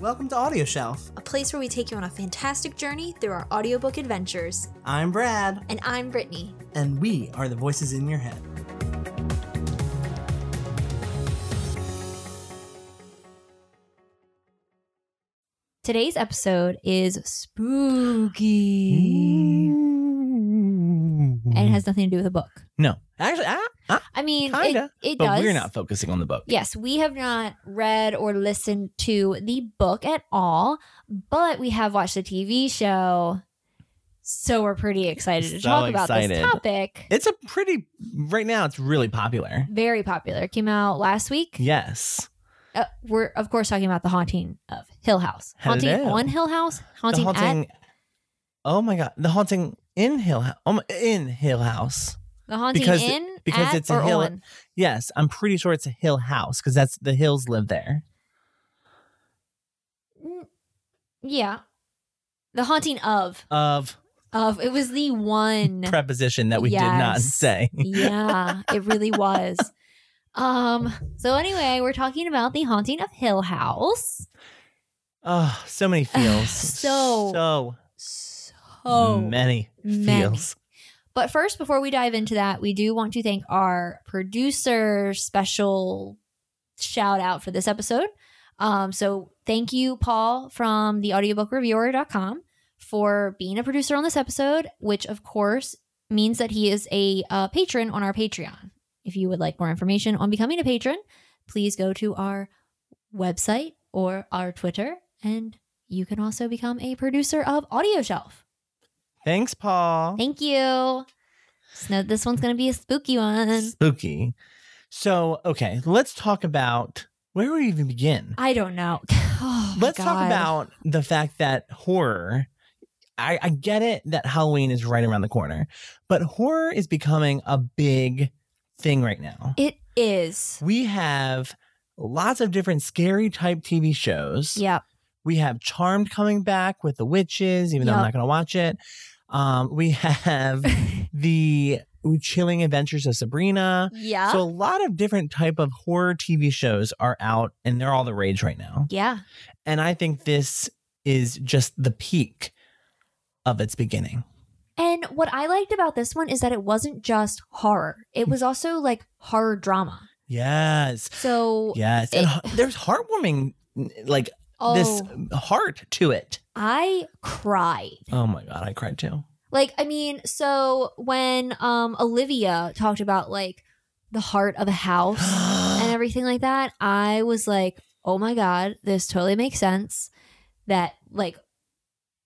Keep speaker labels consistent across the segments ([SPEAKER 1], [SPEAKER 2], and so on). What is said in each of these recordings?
[SPEAKER 1] Welcome to Audio Shelf.
[SPEAKER 2] a place where we take you on a fantastic journey through our audiobook adventures.
[SPEAKER 1] I'm Brad,
[SPEAKER 2] And I'm Brittany.
[SPEAKER 1] and we are the voices in your head.
[SPEAKER 2] Today's episode is spooky
[SPEAKER 3] Hmm.
[SPEAKER 2] and it has nothing to do with a book.
[SPEAKER 3] no, actually, ah, ah,
[SPEAKER 2] I mean,
[SPEAKER 3] Kinda,
[SPEAKER 2] it, it
[SPEAKER 3] but
[SPEAKER 2] does.
[SPEAKER 3] we're not focusing on the book.
[SPEAKER 2] Yes, we have not read or listened to the book at all, but we have watched the TV show. So we're pretty excited to
[SPEAKER 3] So
[SPEAKER 2] talk about this
[SPEAKER 3] excited.
[SPEAKER 2] topic.
[SPEAKER 3] It's a pretty right now. It's really popular.
[SPEAKER 2] Very popular. It came out last week.
[SPEAKER 3] Yes,
[SPEAKER 2] Uh, we're of course talking about the haunting of Hill House. Haunting
[SPEAKER 3] Hello.
[SPEAKER 2] on Hill House. Haunting,
[SPEAKER 3] the
[SPEAKER 2] at
[SPEAKER 3] haunting. oh my god, the haunting in Hill House. Oh my, in Hill House.
[SPEAKER 2] the haunting
[SPEAKER 3] because-
[SPEAKER 2] in
[SPEAKER 3] because
[SPEAKER 2] at
[SPEAKER 3] it's a
[SPEAKER 2] or
[SPEAKER 3] hill-
[SPEAKER 2] on.
[SPEAKER 3] Yes, I'm pretty sure it's a Hill House because that's the Hills live there.
[SPEAKER 2] Mm, Yeah, the haunting of
[SPEAKER 3] Of
[SPEAKER 2] of it was the one.
[SPEAKER 3] preposition that we did not
[SPEAKER 2] Yes.
[SPEAKER 3] say.
[SPEAKER 2] yeah, it really was. Um. So anyway, we're talking about the haunting of Hill House.
[SPEAKER 3] Oh, so many feels.
[SPEAKER 2] So
[SPEAKER 3] so
[SPEAKER 2] So
[SPEAKER 3] many
[SPEAKER 2] Oh, many.
[SPEAKER 3] feels.
[SPEAKER 2] But first, before we dive into that, we do want to thank our producer special shout out for this episode. Um, so thank you, Paul from the audiobookreviewer.com for being a producer on this episode, which of course means that he is a uh, patron on our Patreon. If you would like more information on becoming a patron, please go to our website or our Twitter, and you can also become a producer of Audio Shelf.
[SPEAKER 3] Thanks, Paul.
[SPEAKER 2] Thank you. So this one's gonna be a spooky one.
[SPEAKER 3] Spooky. So, okay, let's talk about where do we even begin?
[SPEAKER 2] I don't know. Oh, my
[SPEAKER 3] let's talk
[SPEAKER 2] God.
[SPEAKER 3] about the fact that horror. I, I get it that Halloween is right around the corner, but horror is becoming a big thing right now.
[SPEAKER 2] it is.
[SPEAKER 3] We have lots of different scary type TV shows.
[SPEAKER 2] Yep.
[SPEAKER 3] We have Charmed coming back with the witches, even though I'm
[SPEAKER 2] Yup.
[SPEAKER 3] not going to watch it. Um, we have the Chilling Adventures of Sabrina.
[SPEAKER 2] yeah.
[SPEAKER 3] So a lot of different type of horror TV shows are out, and they're all the rage right now.
[SPEAKER 2] yeah.
[SPEAKER 3] And I think this is just the peak of its beginning.
[SPEAKER 2] And what I liked about this one is that it wasn't just horror. It was also like horror drama.
[SPEAKER 3] Yes,
[SPEAKER 2] So
[SPEAKER 3] yes. And h- there's heartwarming, like
[SPEAKER 2] oh,
[SPEAKER 3] this heart to it.
[SPEAKER 2] I cried.
[SPEAKER 3] Oh my god, I cried too.
[SPEAKER 2] Like, I mean, so when um Olivia talked about like the heart of a house and everything like that, I was like, oh my God, this totally makes sense that like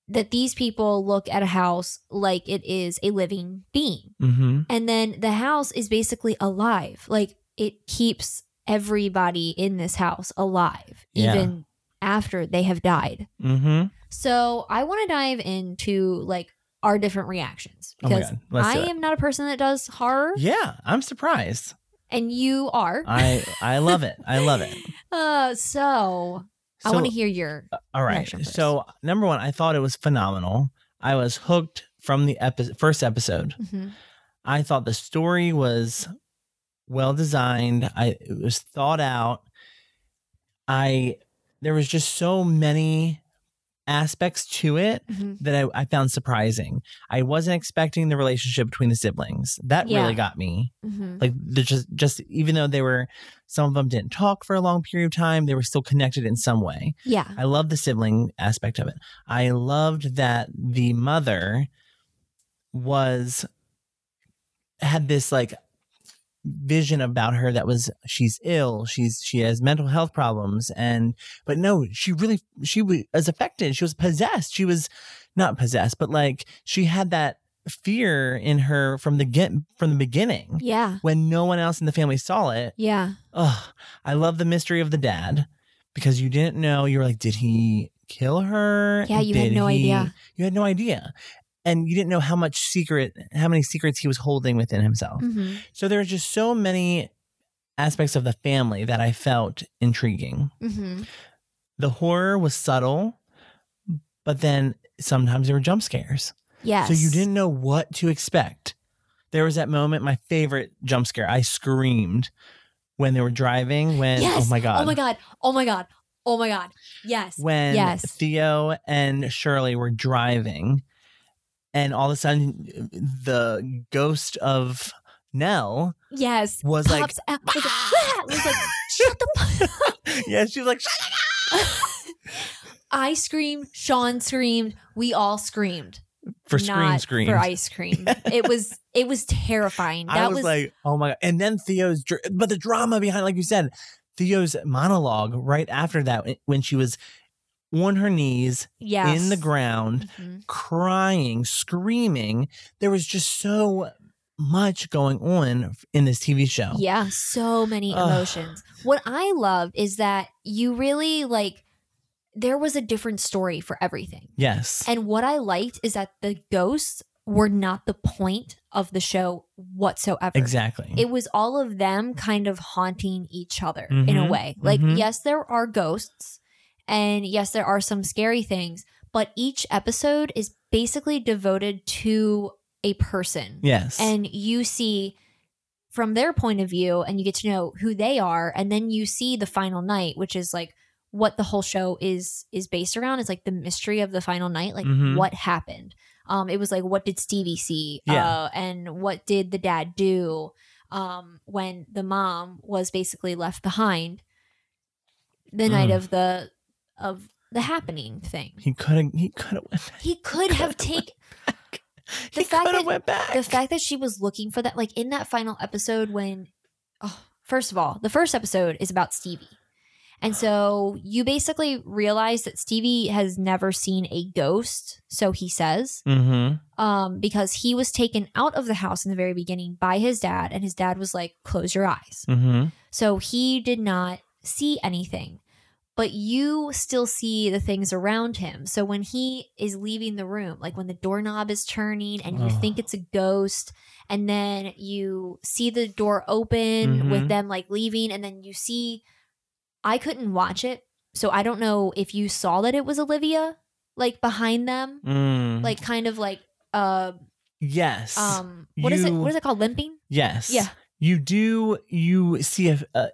[SPEAKER 2] that these people look at a house like it is a living being.
[SPEAKER 3] mm-hmm.
[SPEAKER 2] And then the house is basically alive. Like it keeps everybody in this house alive,
[SPEAKER 3] Yeah.
[SPEAKER 2] even after they have died.
[SPEAKER 3] Mm-hmm.
[SPEAKER 2] So I want to dive into like our different reactions
[SPEAKER 3] Oh my
[SPEAKER 2] because
[SPEAKER 3] god, let's
[SPEAKER 2] I
[SPEAKER 3] do it.
[SPEAKER 2] am not a person that does horror
[SPEAKER 3] Yeah, I'm surprised.
[SPEAKER 2] and you are.
[SPEAKER 3] I I love it. I love it.
[SPEAKER 2] Uh, so I
[SPEAKER 3] So- uh,
[SPEAKER 2] want to hear your.
[SPEAKER 3] All right.
[SPEAKER 2] reaction first.
[SPEAKER 3] So number one, I thought it was phenomenal. I was hooked from the epi- first episode.
[SPEAKER 2] Mm-hmm,
[SPEAKER 3] I thought the story was well designed. I it was thought out. I there was just so many aspects to it
[SPEAKER 2] mm-hmm,
[SPEAKER 3] that I, I found surprising. I wasn't expecting the relationship between the siblings. That
[SPEAKER 2] Yeah.
[SPEAKER 3] really got me.
[SPEAKER 2] mm-hmm.
[SPEAKER 3] Like they just just even though they were some of them didn't talk for a long period of time, they were still connected in some way.
[SPEAKER 2] Yeah,
[SPEAKER 3] I love the sibling aspect of it. I loved that the mother was had this like vision about her that was she's ill, she's she has mental health problems and but no, she really she was affected. She was possessed. She was not possessed, but like she had that fear in her from the get from the beginning
[SPEAKER 2] yeah,
[SPEAKER 3] when no one else in the family saw it
[SPEAKER 2] yeah,
[SPEAKER 3] Oh, I love the mystery of the dad because you didn't know. You were like, did he kill her?
[SPEAKER 2] Yeah, you had
[SPEAKER 3] Did
[SPEAKER 2] no
[SPEAKER 3] he-"
[SPEAKER 2] idea.
[SPEAKER 3] You had no idea. And you didn't know how much secret, how many secrets he was holding within himself.
[SPEAKER 2] hmm
[SPEAKER 3] So there were just so many aspects of the family that I felt intriguing.
[SPEAKER 2] hmm
[SPEAKER 3] The horror was subtle, but then sometimes there were jump scares.
[SPEAKER 2] yes.
[SPEAKER 3] So you didn't know what to expect. There was that moment, my favorite jump scare. I screamed when they were driving. When
[SPEAKER 2] Yes!
[SPEAKER 3] oh my god,
[SPEAKER 2] Oh my god! Oh my god! Oh my god. Yes.
[SPEAKER 3] when
[SPEAKER 2] Yes.
[SPEAKER 3] Theo and Shirley were driving, and all of a sudden the ghost of Nell
[SPEAKER 2] yes.
[SPEAKER 3] was like,
[SPEAKER 2] Pops out, was like, "Ah!" was like, shut the fuck up.
[SPEAKER 3] yeah, she was like, "Shut up."
[SPEAKER 2] I screamed. Sean screamed. We all screamed.
[SPEAKER 3] for scream
[SPEAKER 2] Not
[SPEAKER 3] scream.
[SPEAKER 2] For ice cream. It was it was terrifying. That
[SPEAKER 3] I was, like, oh my god! And then Theo's, dr- but the drama behind, like you said, Theo's monologue right after that when she was on her knees
[SPEAKER 2] yes.
[SPEAKER 3] in the ground
[SPEAKER 2] Mhm.
[SPEAKER 3] crying, screaming. There was just so much going on in this TV show.
[SPEAKER 2] Yeah, so many
[SPEAKER 3] Ugh.
[SPEAKER 2] emotions. What I loved is that you really like there was a different story for everything.
[SPEAKER 3] Yes.
[SPEAKER 2] And what I liked is that the ghosts were not the point of the show whatsoever.
[SPEAKER 3] Exactly.
[SPEAKER 2] It was all of them kind of haunting each other in a
[SPEAKER 3] Mhm,
[SPEAKER 2] way. Like,
[SPEAKER 3] mhm.
[SPEAKER 2] yes, there are ghosts, and yes, there are some scary things, but each episode is basically devoted to a person.
[SPEAKER 3] yes.
[SPEAKER 2] And you see from their point of view, and you get to know who they are, and then you see the final night, which is like what the whole show is is based around. It's like the mystery of the final night, like
[SPEAKER 3] Mhm.
[SPEAKER 2] what happened. Um, it was like what did Stevie see,
[SPEAKER 3] Yeah.
[SPEAKER 2] uh, and what did the dad do um, when the mom was basically left behind the night
[SPEAKER 3] Mm.
[SPEAKER 2] of the of the happening thing.
[SPEAKER 3] he could have. He could have went.
[SPEAKER 2] He could have taken
[SPEAKER 3] Back.
[SPEAKER 2] The
[SPEAKER 3] he
[SPEAKER 2] fact
[SPEAKER 3] could have
[SPEAKER 2] that-
[SPEAKER 3] went back.
[SPEAKER 2] the fact that she was looking for that, like in that final episode, when, oh, first of all, the first episode is about Stevie. And so you basically realize that Stevie has never seen a ghost, so he says,
[SPEAKER 3] Mm-hmm.
[SPEAKER 2] um, because he was taken out of the house in the very beginning by his dad, and his dad was like, close your eyes.
[SPEAKER 3] Mm-hmm.
[SPEAKER 2] So he did not see anything, but you still see the things around him. So when he is leaving the room, like when the doorknob is turning and you
[SPEAKER 3] Oh.
[SPEAKER 2] think it's a ghost, and then you see the door open with
[SPEAKER 3] Mhm.
[SPEAKER 2] them like leaving, and then you see. I couldn't watch it. So I don't know if you saw that it was Olivia like behind them,
[SPEAKER 3] Mm.
[SPEAKER 2] like kind of like uh
[SPEAKER 3] yes.
[SPEAKER 2] um what is it
[SPEAKER 3] You-
[SPEAKER 2] what is it called limping?
[SPEAKER 3] yes.
[SPEAKER 2] Yeah.
[SPEAKER 3] You do. You see a, a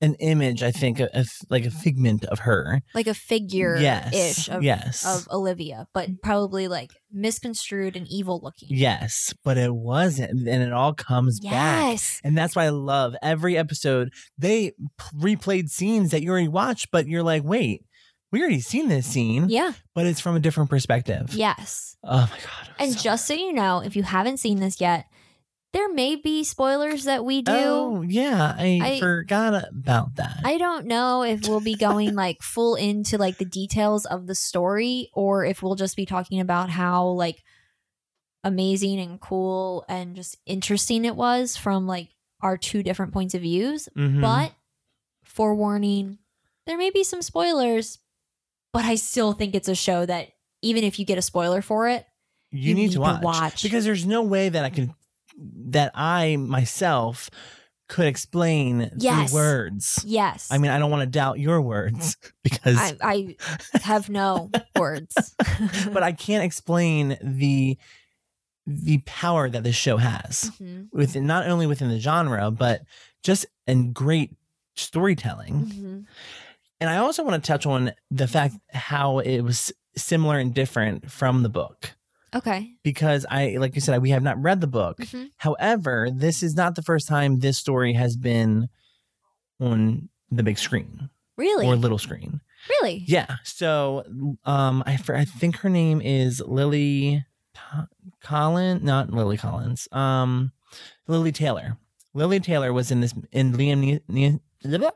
[SPEAKER 3] an image. I think a, a f- like a figment of her.
[SPEAKER 2] Like a figure ish
[SPEAKER 3] yes.
[SPEAKER 2] of
[SPEAKER 3] yes.
[SPEAKER 2] of Olivia, but probably like misconstrued and evil looking.
[SPEAKER 3] yes. But it wasn't, and it all comes back.
[SPEAKER 2] Yes.
[SPEAKER 3] And that's why I love every episode. They p- replayed scenes that you already watched, but you're like, wait, we already seen this scene,
[SPEAKER 2] Yeah.
[SPEAKER 3] but it's from a different perspective.
[SPEAKER 2] Yes.
[SPEAKER 3] Oh my god. it was
[SPEAKER 2] And
[SPEAKER 3] so-
[SPEAKER 2] just so you know, if you haven't seen this yet, there may be spoilers that we do.
[SPEAKER 3] oh yeah, I,
[SPEAKER 2] I-
[SPEAKER 3] forgot about that.
[SPEAKER 2] I don't know if we'll be going like full into like the details of the story or if we'll just be talking about how like amazing and cool and just interesting it was from like our two different points of views.
[SPEAKER 3] Mhm.
[SPEAKER 2] But forewarning, there may be some spoilers, but I still think it's a show that even if you get a spoiler for it,
[SPEAKER 3] you, need, to, watch, because there's no way that I can that I myself could explain
[SPEAKER 2] Yes.
[SPEAKER 3] through words.
[SPEAKER 2] yes,
[SPEAKER 3] I mean, I don't want to doubt your words because
[SPEAKER 2] I, I have no words.
[SPEAKER 3] but I can't explain the the power that this show has
[SPEAKER 2] Mhm,
[SPEAKER 3] within not only within the genre but just in great storytelling.
[SPEAKER 2] mhm.
[SPEAKER 3] And I also want to touch on the fact how it was similar and different from the book
[SPEAKER 2] Okay.
[SPEAKER 3] because I like you said we have not read the book.
[SPEAKER 2] Mhm.
[SPEAKER 3] However, this is not the first time this story has been on the big screen
[SPEAKER 2] Really?
[SPEAKER 3] or little screen.
[SPEAKER 2] really?
[SPEAKER 3] Yeah. So um I for, I think her name is Lily Co- Collins, not Lily Collins. Um Lily Taylor. Lily Taylor was in this in Liam Ne- Ne- blah,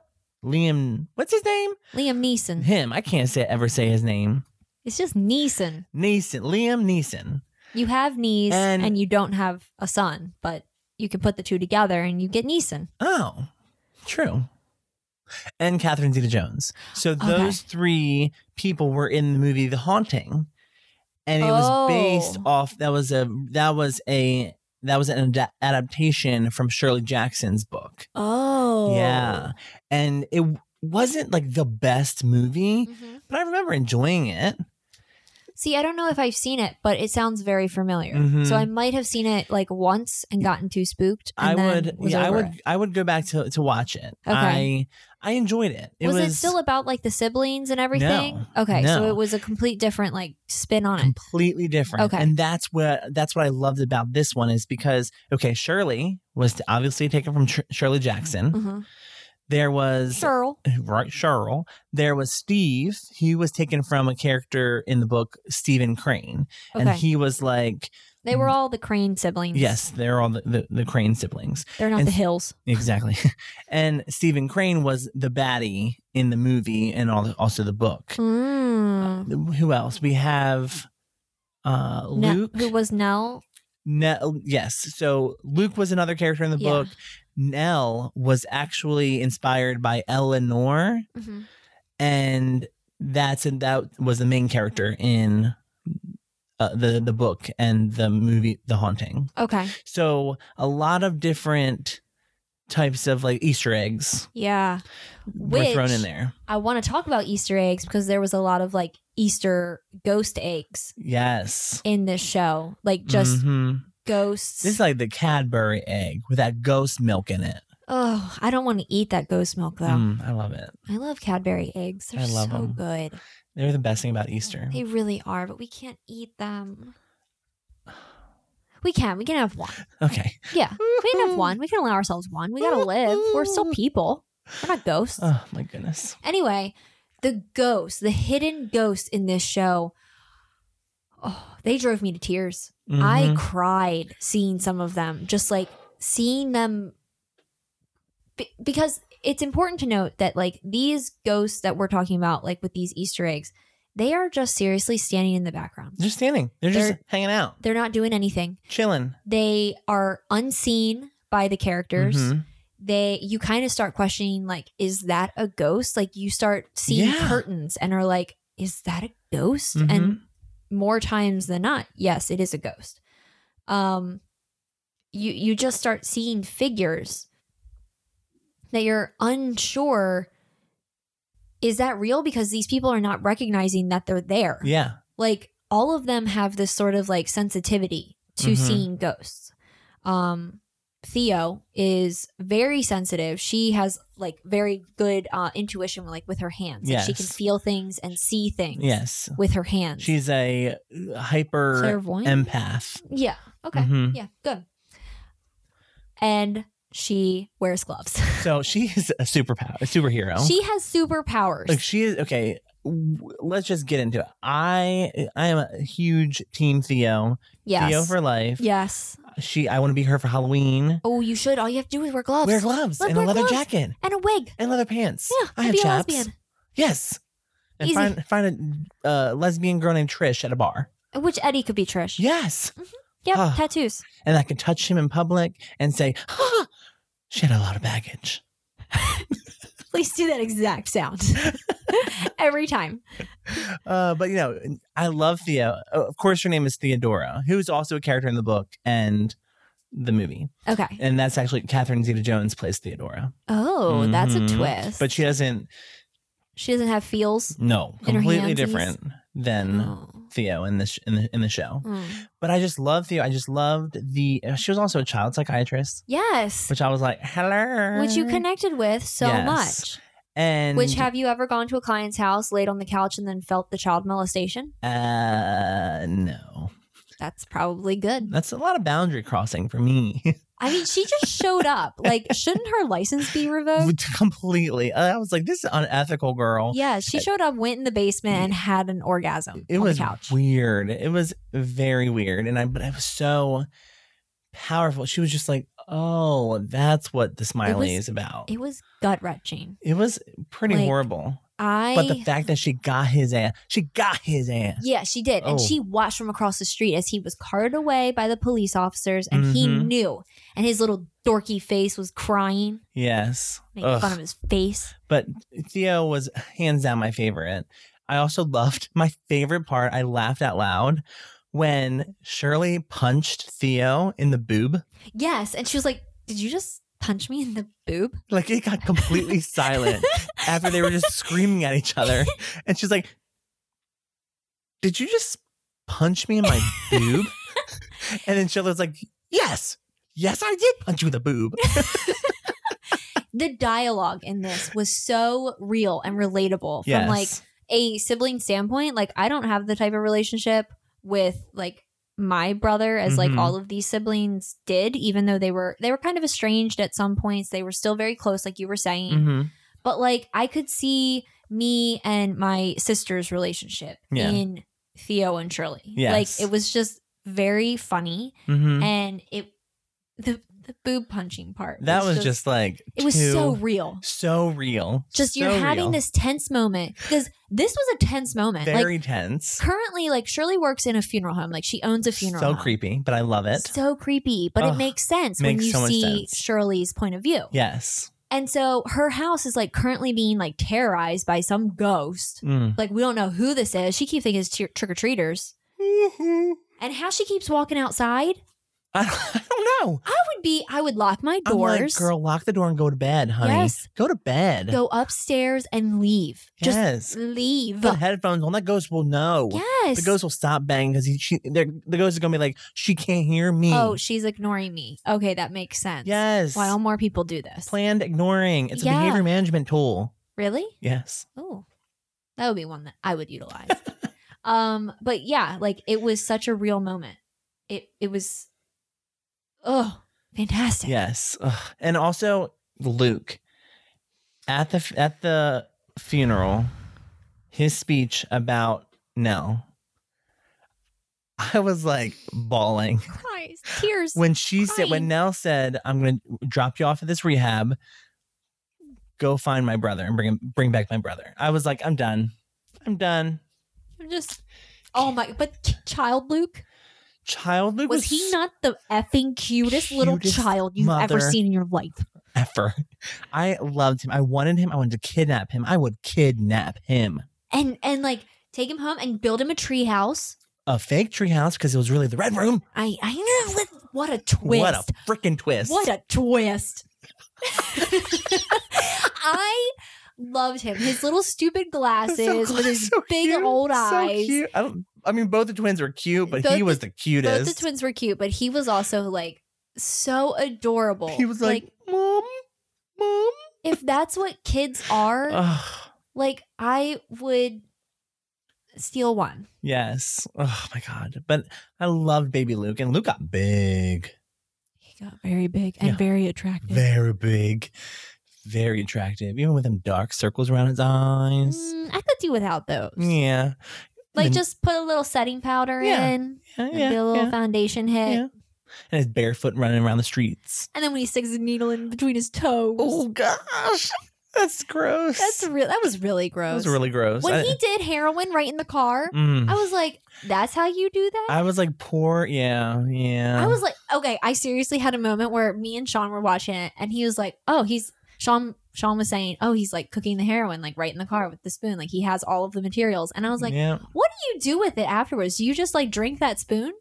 [SPEAKER 3] Liam what's his name?
[SPEAKER 2] Liam Neeson.
[SPEAKER 3] Him. I can't say ever say his name.
[SPEAKER 2] It's just Neeson.
[SPEAKER 3] Neeson. Liam Neeson.
[SPEAKER 2] You have knees and,
[SPEAKER 3] And-
[SPEAKER 2] you don't have a son, but you can put the two together and you get Neeson.
[SPEAKER 3] Oh. True. And Catherine Zeta Jones. So
[SPEAKER 2] Okay.
[SPEAKER 3] those three people were in the movie The Haunting. And it
[SPEAKER 2] Oh.
[SPEAKER 3] was based off that was a that was a that was an ada- adaptation from Shirley Jackson's book.
[SPEAKER 2] Oh.
[SPEAKER 3] Yeah. And it wasn't like the best movie,
[SPEAKER 2] Mhm.
[SPEAKER 3] but I remember enjoying it.
[SPEAKER 2] See, I don't know if I've seen it, but it sounds very familiar.
[SPEAKER 3] Mhm.
[SPEAKER 2] So I might have seen it like once and gotten too spooked.
[SPEAKER 3] I
[SPEAKER 2] and then
[SPEAKER 3] would,
[SPEAKER 2] was
[SPEAKER 3] yeah, I
[SPEAKER 2] over
[SPEAKER 3] would,
[SPEAKER 2] it.
[SPEAKER 3] I would go back to to watch it. I
[SPEAKER 2] Okay.
[SPEAKER 3] I enjoyed it. It
[SPEAKER 2] was, it still about like the siblings and everything? okay, so
[SPEAKER 3] no.
[SPEAKER 2] it was a complete different like spin on it.
[SPEAKER 3] completely different.
[SPEAKER 2] Okay.
[SPEAKER 3] And that's what that's what I loved about this one is because okay, Shirley was obviously taken from Tr- Shirley Jackson.
[SPEAKER 2] Mm-hmm.
[SPEAKER 3] There was
[SPEAKER 2] Cheryl.
[SPEAKER 3] right Cheryl. There was Steve. He was taken from a character in the book Stephen Crane, and
[SPEAKER 2] Okay,
[SPEAKER 3] he was like,
[SPEAKER 2] they were all the Crane siblings.
[SPEAKER 3] yes, they're all the, the, the Crane siblings.
[SPEAKER 2] they're not
[SPEAKER 3] and-
[SPEAKER 2] the Hills.
[SPEAKER 3] Exactly. and Stephen Crane was the baddie in the movie and all the, also the book.
[SPEAKER 2] Mm.
[SPEAKER 3] Who else? We have uh
[SPEAKER 2] Ne-
[SPEAKER 3] Luke.
[SPEAKER 2] who was Nell?
[SPEAKER 3] Nell, yes. So Luke was another character in the
[SPEAKER 2] Yeah.
[SPEAKER 3] book. Nell was actually inspired by Eleanor,
[SPEAKER 2] Mhm.
[SPEAKER 3] and that's and that was the main character in uh, the the book and the movie The Haunting.
[SPEAKER 2] Okay,
[SPEAKER 3] So a lot of different types of like Easter eggs
[SPEAKER 2] yeah.
[SPEAKER 3] were thrown in
[SPEAKER 2] Which-
[SPEAKER 3] there.
[SPEAKER 2] I want to talk about Easter eggs because there was a lot of like Easter ghost eggs
[SPEAKER 3] Yes.
[SPEAKER 2] in this show, like just
[SPEAKER 3] Mhm.
[SPEAKER 2] ghosts.
[SPEAKER 3] this is like the Cadbury egg with that ghost milk in it.
[SPEAKER 2] oh, I don't want to eat that ghost milk though.
[SPEAKER 3] Mm, I love it.
[SPEAKER 2] I love Cadbury eggs. They're
[SPEAKER 3] I love
[SPEAKER 2] so
[SPEAKER 3] 'em.
[SPEAKER 2] good.
[SPEAKER 3] They're the best thing about Easter.
[SPEAKER 2] They really are, but we can't eat them. We can. We can have one.
[SPEAKER 3] Okay.
[SPEAKER 2] Yeah. We can have one. We can allow ourselves one. We got to live. We're still people. We're not ghosts.
[SPEAKER 3] Oh my goodness.
[SPEAKER 2] Anyway, the ghosts, the hidden ghosts in this show, oh, they drove me to tears. I
[SPEAKER 3] Mhm.
[SPEAKER 2] cried seeing some of them, just like seeing them. Be- because it's important to note that, like, these ghosts that we're talking about, like with these Easter eggs, they are just seriously standing in the background.
[SPEAKER 3] They're just standing. They're just
[SPEAKER 2] They're-
[SPEAKER 3] hanging out,
[SPEAKER 2] They're not doing anything.
[SPEAKER 3] chilling.
[SPEAKER 2] They are unseen by the characters.
[SPEAKER 3] Mhm.
[SPEAKER 2] They, you kind of start questioning, like, is that a ghost? Like, you start seeing
[SPEAKER 3] Yeah.
[SPEAKER 2] curtains and are like, is that a ghost?
[SPEAKER 3] Mhm.
[SPEAKER 2] And more times than not, yes, it is a ghost. Um you you just start seeing figures that you're unsure is that real because these people are not recognizing that they're there.
[SPEAKER 3] yeah,
[SPEAKER 2] Like all of them have this sort of like sensitivity to
[SPEAKER 3] Mhm.
[SPEAKER 2] seeing ghosts. Um Theo is very sensitive. She has like very good uh, intuition, like with her hands. Like, she can
[SPEAKER 3] Yes.
[SPEAKER 2] feel things and see things
[SPEAKER 3] yes.
[SPEAKER 2] with her hands.
[SPEAKER 3] She's a uh, hyper
[SPEAKER 2] clairvoyant.
[SPEAKER 3] empath.
[SPEAKER 2] yeah. Okay.
[SPEAKER 3] Mhm.
[SPEAKER 2] Yeah. Good. And she wears gloves.
[SPEAKER 3] So she is a superpower, a superhero.
[SPEAKER 2] she has superpowers.
[SPEAKER 3] like she is okay. w- Let's just get into it. I I am a huge team Theo.
[SPEAKER 2] yes.
[SPEAKER 3] Theo for life.
[SPEAKER 2] yes.
[SPEAKER 3] She I want to be her for Halloween.
[SPEAKER 2] Oh, you should. All you have to do is wear gloves.
[SPEAKER 3] Wear gloves
[SPEAKER 2] Let-
[SPEAKER 3] and a
[SPEAKER 2] wear
[SPEAKER 3] leather
[SPEAKER 2] gloves.
[SPEAKER 3] jacket
[SPEAKER 2] and a wig.
[SPEAKER 3] and leather pants.
[SPEAKER 2] Yeah.
[SPEAKER 3] I
[SPEAKER 2] and
[SPEAKER 3] have
[SPEAKER 2] be a
[SPEAKER 3] chaps.
[SPEAKER 2] lesbian.
[SPEAKER 3] Yes. And
[SPEAKER 2] Easy.
[SPEAKER 3] find find a uh, lesbian girl named Trish at a bar.
[SPEAKER 2] Which Eddie could be Trish.
[SPEAKER 3] Yes.
[SPEAKER 2] Yep.
[SPEAKER 3] Ah.
[SPEAKER 2] Tattoos.
[SPEAKER 3] and I can touch him in public and say, ah, she had a lot of baggage.
[SPEAKER 2] Please do that exact sound every time.
[SPEAKER 3] Uh, but you know, I love Theo. Oh, Of course, her name is Theodora, who is also a character in the book and the movie.
[SPEAKER 2] Okay.
[SPEAKER 3] And that's actually Catherine Zeta Jones plays Theodora,
[SPEAKER 2] Oh, that's a
[SPEAKER 3] Mhm.
[SPEAKER 2] twist.
[SPEAKER 3] but she doesn't,
[SPEAKER 2] she doesn't have feels.
[SPEAKER 3] no,
[SPEAKER 2] In her
[SPEAKER 3] completely
[SPEAKER 2] handsies?
[SPEAKER 3] different than.
[SPEAKER 2] Oh.
[SPEAKER 3] Theo in the, sh- in the in the show,
[SPEAKER 2] Mm.
[SPEAKER 3] but I just love Theo. I just loved the. uh, She was also a child psychiatrist,
[SPEAKER 2] Yes.
[SPEAKER 3] which I was like, hello.
[SPEAKER 2] Which you connected with so
[SPEAKER 3] Yes.
[SPEAKER 2] much.
[SPEAKER 3] and
[SPEAKER 2] Which have you ever gone to a client's house, laid on the couch, and then felt the child molestation?
[SPEAKER 3] uh no,
[SPEAKER 2] That's probably good.
[SPEAKER 3] that's a lot of boundary crossing for me.
[SPEAKER 2] I mean, she just showed up. Like, shouldn't her license be revoked?
[SPEAKER 3] completely. Uh, I was like, this is unethical, girl.
[SPEAKER 2] Yeah, she showed up, went in the basement, and had an orgasm
[SPEAKER 3] it
[SPEAKER 2] on
[SPEAKER 3] was
[SPEAKER 2] the couch.
[SPEAKER 3] weird. It was very weird, and I but it was so powerful. She was just like, oh, that's what the smiley
[SPEAKER 2] was-
[SPEAKER 3] is about. It,
[SPEAKER 2] It was gut wrenching.
[SPEAKER 3] was pretty
[SPEAKER 2] like,
[SPEAKER 3] horrible,
[SPEAKER 2] I
[SPEAKER 3] but the fact that she got his ass, she got his ass.
[SPEAKER 2] yeah, she did, and
[SPEAKER 3] Oh.
[SPEAKER 2] she watched from across the street as he was carted away by the police officers, and he
[SPEAKER 3] Mhm.
[SPEAKER 2] knew, and his little dorky face was crying,
[SPEAKER 3] Yes,
[SPEAKER 2] making
[SPEAKER 3] Ugh.
[SPEAKER 2] fun of his face.
[SPEAKER 3] but Theo was hands down my favorite. I also loved my favorite part. I laughed out loud when Shirley punched Theo in the boob.
[SPEAKER 2] Yes, and she was like, "Did you just punch me in the boob?"
[SPEAKER 3] Like it got completely silent after they were just screaming at each other. And she's like, Did you just punch me in my boob? And then Sheila's like, yes, yes, I did punch you in the boob.
[SPEAKER 2] The dialogue in this was so real and relatable from
[SPEAKER 3] Yes.
[SPEAKER 2] like a sibling standpoint. Like I don't have the type of relationship with like my brother as
[SPEAKER 3] Mhm.
[SPEAKER 2] like all of these siblings did, even though they were they were kind of estranged at some points. They were still very close, like you were saying.
[SPEAKER 3] Mhm.
[SPEAKER 2] But like I could see me and my sister's relationship
[SPEAKER 3] Yeah.
[SPEAKER 2] in Theo and Shirley.
[SPEAKER 3] Yes.
[SPEAKER 2] Like it was just very funny
[SPEAKER 3] Mhm.
[SPEAKER 2] and it the the boob punching part.
[SPEAKER 3] That was just like,
[SPEAKER 2] it was
[SPEAKER 3] too-
[SPEAKER 2] so real.
[SPEAKER 3] so real.
[SPEAKER 2] Just you're
[SPEAKER 3] so
[SPEAKER 2] having
[SPEAKER 3] real.
[SPEAKER 2] this tense moment because this was a tense moment.
[SPEAKER 3] very
[SPEAKER 2] like
[SPEAKER 3] tense.
[SPEAKER 2] currently, like Shirley works in a funeral home. Like she owns a funeral.
[SPEAKER 3] So
[SPEAKER 2] home.
[SPEAKER 3] creepy, but I love it.
[SPEAKER 2] So creepy, but
[SPEAKER 3] Ugh,
[SPEAKER 2] it makes sense
[SPEAKER 3] makes
[SPEAKER 2] when you
[SPEAKER 3] so much
[SPEAKER 2] see
[SPEAKER 3] sense.
[SPEAKER 2] Shirley's point of view.
[SPEAKER 3] yes.
[SPEAKER 2] And so her house is like currently being like terrorized by some ghost.
[SPEAKER 3] Mm.
[SPEAKER 2] Like we don't know who this is. She keeps thinking it's t- trick or treaters. And how she keeps walking outside,
[SPEAKER 3] I don't, I don't know.
[SPEAKER 2] I would be, I would lock my
[SPEAKER 3] I'm like,
[SPEAKER 2] doors,
[SPEAKER 3] girl, lock the door and go to bed, honey.
[SPEAKER 2] Yes.
[SPEAKER 3] Go to bed.
[SPEAKER 2] go upstairs and leave. Just
[SPEAKER 3] yes.
[SPEAKER 2] leave.
[SPEAKER 3] Put headphones on. That ghost will know.
[SPEAKER 2] Yes.
[SPEAKER 3] The ghost will stop banging because she they're- the ghost is gonna be like, she can't hear me.
[SPEAKER 2] oh, she's ignoring me. Okay, that makes sense.
[SPEAKER 3] yes.
[SPEAKER 2] Why don't more people do this?
[SPEAKER 3] Planned ignoring. It's a
[SPEAKER 2] Yeah.
[SPEAKER 3] behavior management tool.
[SPEAKER 2] really?
[SPEAKER 3] Yes.
[SPEAKER 2] Oh, that would be one that I would utilize. um, but yeah, like it was such a real moment. It it was, oh, fantastic.
[SPEAKER 3] Yes. Ugh. And also Luke at the at the funeral, his speech about Nell. I was like bawling
[SPEAKER 2] Christ, tears.
[SPEAKER 3] when she said when
[SPEAKER 2] Crying.
[SPEAKER 3] Nell said, "I'm going to drop you off at this rehab. Go find my brother and bring him bring back my brother." I was like, "I'm done. I'm done."
[SPEAKER 2] I'm just, oh my! But child Luke
[SPEAKER 3] Child Luke
[SPEAKER 2] was he not the effing cutest, little
[SPEAKER 3] Cutest
[SPEAKER 2] child you've
[SPEAKER 3] mother.
[SPEAKER 2] ever seen in your life?
[SPEAKER 3] ever. I loved him. I wanted him. I wanted to kidnap him. I would kidnap him.
[SPEAKER 2] And and like take him home and build him a tree house.
[SPEAKER 3] a fake treehouse because it was really the red room.
[SPEAKER 2] I I know what- what a twist.
[SPEAKER 3] What a freaking twist!
[SPEAKER 2] What a twist. I loved him. His little stupid
[SPEAKER 3] So
[SPEAKER 2] glasses with his
[SPEAKER 3] so
[SPEAKER 2] big
[SPEAKER 3] cute,
[SPEAKER 2] old
[SPEAKER 3] so
[SPEAKER 2] eyes.
[SPEAKER 3] cute. I, don't, I mean, both the twins were cute, but
[SPEAKER 2] Both
[SPEAKER 3] he
[SPEAKER 2] the-
[SPEAKER 3] was the
[SPEAKER 2] Both the
[SPEAKER 3] cutest.
[SPEAKER 2] twins were cute, but he was also like so adorable.
[SPEAKER 3] he was like, "Mom, mom."
[SPEAKER 2] if that's what kids are,
[SPEAKER 3] Uh. Ugh,
[SPEAKER 2] like I would steal one.
[SPEAKER 3] yes. Oh my god! But I loved baby Luke, and Luke got big,
[SPEAKER 2] He got very big and
[SPEAKER 3] Yeah.
[SPEAKER 2] very attractive.
[SPEAKER 3] very big, very attractive, even with them dark circles around his eyes.
[SPEAKER 2] Mm, I could do without those.
[SPEAKER 3] Yeah.
[SPEAKER 2] Like
[SPEAKER 3] And-
[SPEAKER 2] just put a little setting powder
[SPEAKER 3] Yeah.
[SPEAKER 2] in
[SPEAKER 3] yeah,
[SPEAKER 2] and
[SPEAKER 3] yeah,
[SPEAKER 2] do a little
[SPEAKER 3] yeah.
[SPEAKER 2] foundation hit.
[SPEAKER 3] Yeah. and his barefoot running around the streets.
[SPEAKER 2] And then when he sticks his needle in between his toes.
[SPEAKER 3] Oh gosh, that's gross.
[SPEAKER 2] That's real. That was really
[SPEAKER 3] that
[SPEAKER 2] gross.
[SPEAKER 3] was really gross.
[SPEAKER 2] when
[SPEAKER 3] I,
[SPEAKER 2] he did heroin right in the car,
[SPEAKER 3] Mm.
[SPEAKER 2] I was like, "That's how you do that."
[SPEAKER 3] I was like, poor, yeah, yeah.
[SPEAKER 2] I was like, "Okay." I seriously had a moment where me and Sean were watching it, and he was like, "Oh, he's Sean." Sean was saying, "Oh, he's like cooking the heroin like right in the car with the spoon. Like he has all of the materials." And I was like,
[SPEAKER 3] yeah.
[SPEAKER 2] "What do you do with it afterwards? Do you just like drink that spoon?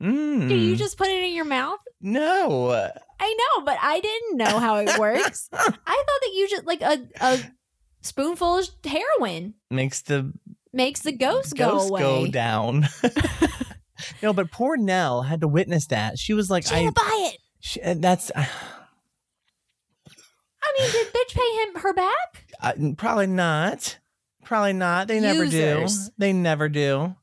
[SPEAKER 3] Mm.
[SPEAKER 2] Do you just put it in your mouth?"
[SPEAKER 3] no?
[SPEAKER 2] I know, but I didn't know how it works. I thought that you just like a a spoonful of heroin
[SPEAKER 3] Makes the
[SPEAKER 2] makes the ghost, go
[SPEAKER 3] ghost
[SPEAKER 2] away.
[SPEAKER 3] go down. no, but poor Nell had to witness that. She was like,
[SPEAKER 2] She
[SPEAKER 3] I.
[SPEAKER 2] had to buy it.
[SPEAKER 3] She, uh, that's uh,
[SPEAKER 2] I mean, did bitch pay him her back?
[SPEAKER 3] uh, probably not. Probably not. They never
[SPEAKER 2] Users.
[SPEAKER 3] do. They never do.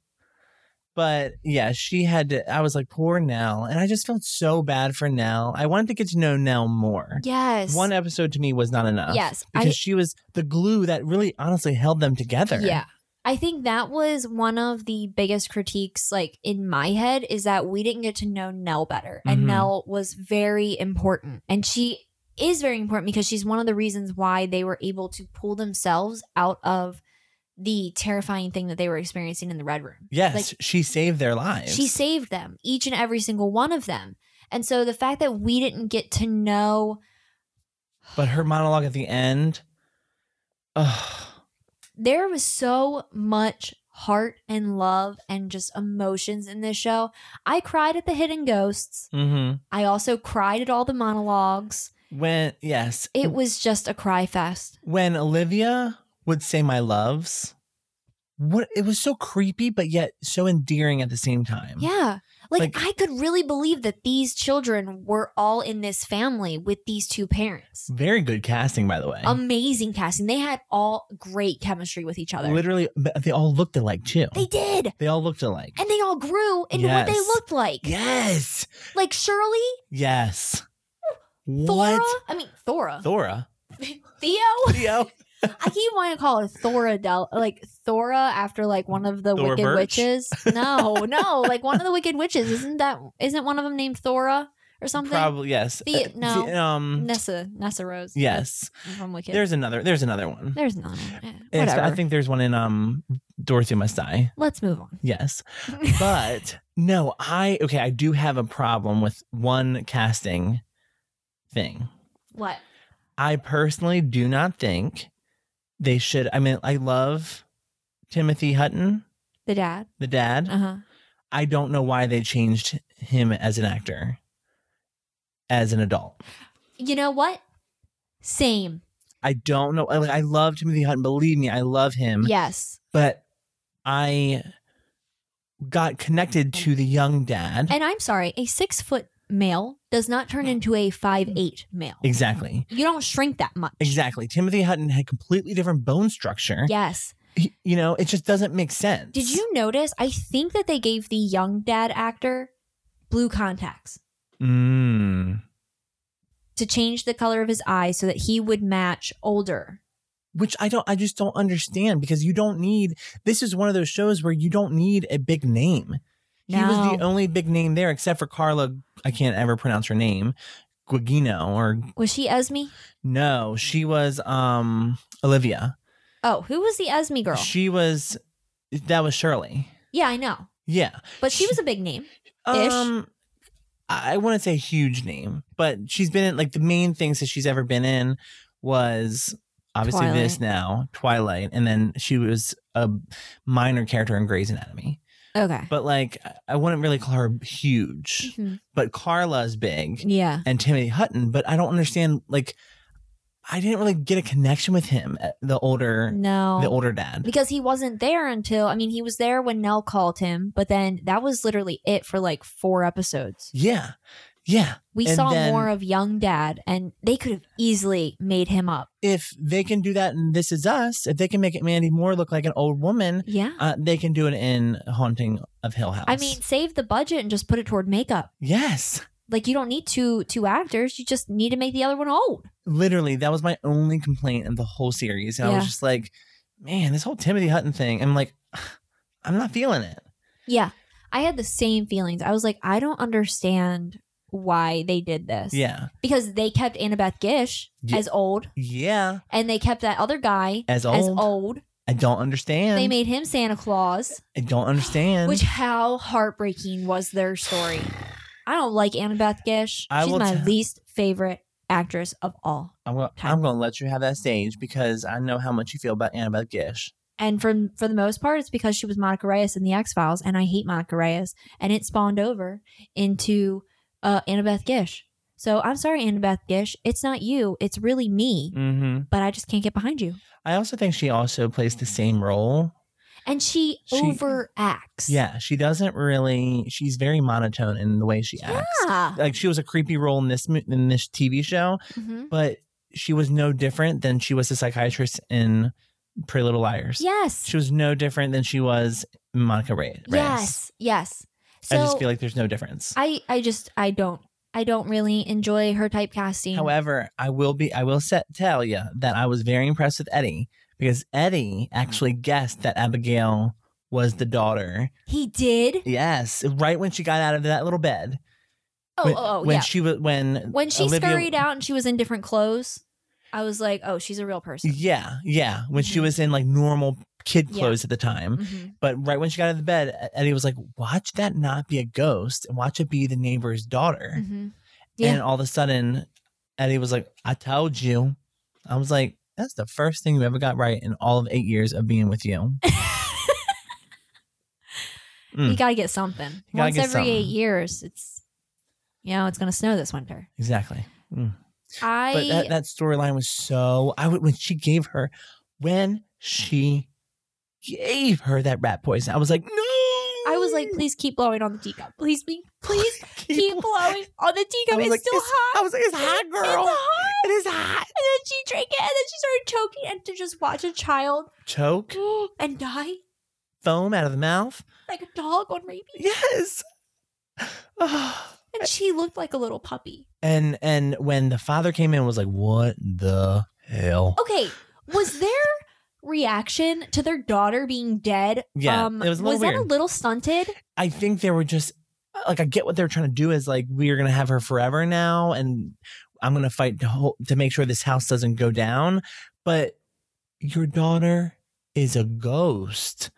[SPEAKER 3] But yeah, she had to. I was like, poor Nell, and I just felt so bad for Nell. I wanted to get to know Nell more.
[SPEAKER 2] Yes.
[SPEAKER 3] one episode to me was not enough.
[SPEAKER 2] Yes.
[SPEAKER 3] Because
[SPEAKER 2] I,
[SPEAKER 3] she was the glue that really honestly held them together.
[SPEAKER 2] yeah. I think that was one of the biggest critiques, like in my head, is that we didn't get to know Nell better. And
[SPEAKER 3] Mhm.
[SPEAKER 2] Nell was very important. And she is very important because she's one of the reasons why they were able to pull themselves out of the terrifying thing that they were experiencing in the Red Room.
[SPEAKER 3] Yes, she saved their lives.
[SPEAKER 2] She saved them, each and every single one of them. And so the fact that we didn't get to know
[SPEAKER 3] But her monologue at the end, ugh,
[SPEAKER 2] there was so much heart and love and just emotions in this show. I cried at the hidden ghosts.
[SPEAKER 3] mhm.
[SPEAKER 2] I also cried at all the monologues.
[SPEAKER 3] when yes,
[SPEAKER 2] It was just a cry fest.
[SPEAKER 3] when Olivia would say my loves, what it was so creepy but yet so endearing at the same time
[SPEAKER 2] Yeah. Like,
[SPEAKER 3] Like-
[SPEAKER 2] I could really believe that these children were all in this family with these two parents.
[SPEAKER 3] very good casting by the way
[SPEAKER 2] Um, Amazing casting. They had all great chemistry with each other.
[SPEAKER 3] literally but they all looked alike too
[SPEAKER 2] They did.
[SPEAKER 3] They all looked alike
[SPEAKER 2] And they all grew into what they
[SPEAKER 3] Yes.
[SPEAKER 2] looked like.
[SPEAKER 3] yes
[SPEAKER 2] Like Shirley,
[SPEAKER 3] yes
[SPEAKER 2] Thora.
[SPEAKER 3] what
[SPEAKER 2] I mean, Thora.
[SPEAKER 3] Thora
[SPEAKER 2] Theo.
[SPEAKER 3] Theo
[SPEAKER 2] I keep wanting to call her Thora Del, like Thora after like one of the
[SPEAKER 3] Thora
[SPEAKER 2] Wicked
[SPEAKER 3] Birch?
[SPEAKER 2] Witches. No, no, like one of the Wicked Witches. Isn't that? Isn't one of them named Thora or something?
[SPEAKER 3] probably yes
[SPEAKER 2] The-
[SPEAKER 3] Uh,
[SPEAKER 2] no.
[SPEAKER 3] the- um
[SPEAKER 2] Nessa Nessa Rose.
[SPEAKER 3] yes
[SPEAKER 2] from Wicked.
[SPEAKER 3] there's another there's another one
[SPEAKER 2] There's none. Eh,
[SPEAKER 3] It's-
[SPEAKER 2] Whatever.
[SPEAKER 3] I think there's one in um Dorothy Must Die
[SPEAKER 2] Let's move on.
[SPEAKER 3] yes but no I okay I do have a problem with one casting thing
[SPEAKER 2] What?
[SPEAKER 3] I personally do not think they should. I mean, I love Timothy Hutton,
[SPEAKER 2] The dad?
[SPEAKER 3] the dad.
[SPEAKER 2] Uh huh.
[SPEAKER 3] I don't know why they changed him as an actor, as an adult.
[SPEAKER 2] You know what? Same.
[SPEAKER 3] I don't know. Like, I love Timothy Hutton. Believe me, I love him.
[SPEAKER 2] Yes.
[SPEAKER 3] But I got connected to the young dad.
[SPEAKER 2] And I'm sorry, a six foot male does not
[SPEAKER 3] Mm.
[SPEAKER 2] turn into a five eight male.
[SPEAKER 3] exactly.
[SPEAKER 2] You don't shrink that much.
[SPEAKER 3] Exactly. Timothy Hutton had completely different bone structure.
[SPEAKER 2] Yes.
[SPEAKER 3] He- you know, it just doesn't make sense.
[SPEAKER 2] Did you notice? I think that they gave the young dad actor blue contacts
[SPEAKER 3] Mm.
[SPEAKER 2] to change the color of his eyes so that he would match older.
[SPEAKER 3] which I don't I just don't understand because you don't need this is one of those shows where you don't need a big name. He was
[SPEAKER 2] No.
[SPEAKER 3] the only big name there except for Carla I can't ever pronounce her name, Guigino or
[SPEAKER 2] Was she Esme?
[SPEAKER 3] no, she was um Olivia.
[SPEAKER 2] Oh, who was the Esme girl?
[SPEAKER 3] She was that was Shirley.
[SPEAKER 2] yeah, I know.
[SPEAKER 3] Yeah.
[SPEAKER 2] But she was a big name. Ish.
[SPEAKER 3] Um I I wouldn't say huge name, but she's been in like the main things that she's ever been in was obviously this
[SPEAKER 2] Twilight.
[SPEAKER 3] now, Twilight, and then she was a minor character in Grey's Anatomy.
[SPEAKER 2] Okay.
[SPEAKER 3] but like I- I wouldn't really call her huge,
[SPEAKER 2] Mhm.
[SPEAKER 3] but Carla's big
[SPEAKER 2] Yeah.
[SPEAKER 3] and Timothy Hutton, but I don't understand like I didn't really get a connection with him, uh, the older
[SPEAKER 2] No.
[SPEAKER 3] the older dad.
[SPEAKER 2] because he wasn't there until I mean he was there when Nell called him, but then that was literally it for like four episodes.
[SPEAKER 3] Yeah. Yeah.
[SPEAKER 2] We
[SPEAKER 3] And
[SPEAKER 2] saw
[SPEAKER 3] then-
[SPEAKER 2] more of young dad and they could have easily made him up.
[SPEAKER 3] If they can do that in This Is Us, if they can make it Mandy Moore look like an old woman,
[SPEAKER 2] Yeah.
[SPEAKER 3] uh, they can do it in Haunting of Hill House.
[SPEAKER 2] I mean, save the budget and just put it toward makeup.
[SPEAKER 3] yes.
[SPEAKER 2] Like you don't need two two actors, you just need to make the other one old.
[SPEAKER 3] literally that was my only complaint in the whole series and i was
[SPEAKER 2] Yeah.
[SPEAKER 3] just like man this whole timothy hutton thing i'm like i'm not feeling it
[SPEAKER 2] Yeah. I had the same feelings. I was like, I don't understand why they did this.
[SPEAKER 3] yeah
[SPEAKER 2] Because they kept Annabeth Gish
[SPEAKER 3] Yeah.
[SPEAKER 2] as old
[SPEAKER 3] yeah
[SPEAKER 2] and they kept that other guy
[SPEAKER 3] as old,
[SPEAKER 2] as old.
[SPEAKER 3] i don't understand
[SPEAKER 2] They made him Santa Claus.
[SPEAKER 3] i don't understand
[SPEAKER 2] Which how heartbreaking was their story? I don't like Annabeth Gish.
[SPEAKER 3] I
[SPEAKER 2] She's
[SPEAKER 3] will
[SPEAKER 2] my
[SPEAKER 3] tell-
[SPEAKER 2] least favorite actress of all.
[SPEAKER 3] I'm, gonna, I'm gonna let you have that stage because i know how much you feel about annabeth gish
[SPEAKER 2] And for for the most part, it's because she was Monica Reyes in the X Files, and I hate Monica Reyes, and it spawned over into uh, Annabeth Gish. So I'm sorry, Annabeth Gish. It's not you. It's really me.
[SPEAKER 3] mm-hmm.
[SPEAKER 2] But I just can't get behind you.
[SPEAKER 3] i also think she also plays the same role
[SPEAKER 2] And she,
[SPEAKER 3] She-
[SPEAKER 2] overacts.
[SPEAKER 3] yeah she doesn't really she's very monotone in the way she acts
[SPEAKER 2] Yeah.
[SPEAKER 3] like she was a creepy role in this mo- in this tv show
[SPEAKER 2] Mhm.
[SPEAKER 3] but she was no different than she was a psychiatrist in Pretty Little Liars.
[SPEAKER 2] Yes.
[SPEAKER 3] She was no different than she was in Monica Ray. Reyes.
[SPEAKER 2] Yes. Yes. So
[SPEAKER 3] I just feel like there's no difference.
[SPEAKER 2] I I just I don't I don't really enjoy her typecasting.
[SPEAKER 3] However, I will be I will set, tell you that I was very impressed with Eddie because Eddie actually guessed that Abigail was the daughter.
[SPEAKER 2] he did.
[SPEAKER 3] Yes, right when she got out of that little bed.
[SPEAKER 2] Oh,
[SPEAKER 3] when,
[SPEAKER 2] oh, oh
[SPEAKER 3] when
[SPEAKER 2] yeah.
[SPEAKER 3] she was when
[SPEAKER 2] when she
[SPEAKER 3] Olivia-
[SPEAKER 2] scurried out and she was in different clothes, I was like, oh, she's a real person.
[SPEAKER 3] Yeah, yeah, when she
[SPEAKER 2] Mhm.
[SPEAKER 3] was in like normal kid
[SPEAKER 2] Yeah.
[SPEAKER 3] clothes at the time.
[SPEAKER 2] Mhm.
[SPEAKER 3] But right when she got out of the bed, Eddie was like, "Watch that not be a ghost, and watch it be the neighbor's daughter."
[SPEAKER 2] Mhm. Yeah.
[SPEAKER 3] And all of a sudden, Eddie was like, "I told you." I was like, "That's the first thing you ever got right in all of eight years of being with you." Mm.
[SPEAKER 2] You got to get something.
[SPEAKER 3] gotta
[SPEAKER 2] Once
[SPEAKER 3] get
[SPEAKER 2] every eight
[SPEAKER 3] something.
[SPEAKER 2] years, it's you know it's gonna snow this winter.
[SPEAKER 3] exactly.
[SPEAKER 2] I
[SPEAKER 3] But that, that storyline was so. I would when she gave her when she gave her that rat poison. I was like, no. I
[SPEAKER 2] I was like, please keep blowing on the teacup. Please, please, please keep blowing on
[SPEAKER 3] I
[SPEAKER 2] the teacup.
[SPEAKER 3] was
[SPEAKER 2] It's
[SPEAKER 3] like,
[SPEAKER 2] still
[SPEAKER 3] it's-
[SPEAKER 2] hot.
[SPEAKER 3] I was like, it's hot,
[SPEAKER 2] It's
[SPEAKER 3] girl.
[SPEAKER 2] hot.
[SPEAKER 3] It is hot.
[SPEAKER 2] And then she drank it, and then she started choking, and to just watch a child
[SPEAKER 3] Choke,
[SPEAKER 2] and die
[SPEAKER 3] foam out of the mouth.
[SPEAKER 2] like a dog on rabies.
[SPEAKER 3] Yes. Ah.
[SPEAKER 2] And she looked like a little puppy.
[SPEAKER 3] and and when the father came in, was like, what the hell?
[SPEAKER 2] Okay, was their reaction to their daughter being dead? um,
[SPEAKER 3] Yeah, it was a little
[SPEAKER 2] was that a
[SPEAKER 3] weird.
[SPEAKER 2] little stunted?
[SPEAKER 3] I think they were just like, I get what they're trying to do is like, we're gonna have her forever now, and I'm gonna fight to ho- to make sure this house doesn't go down. But your daughter is a ghost.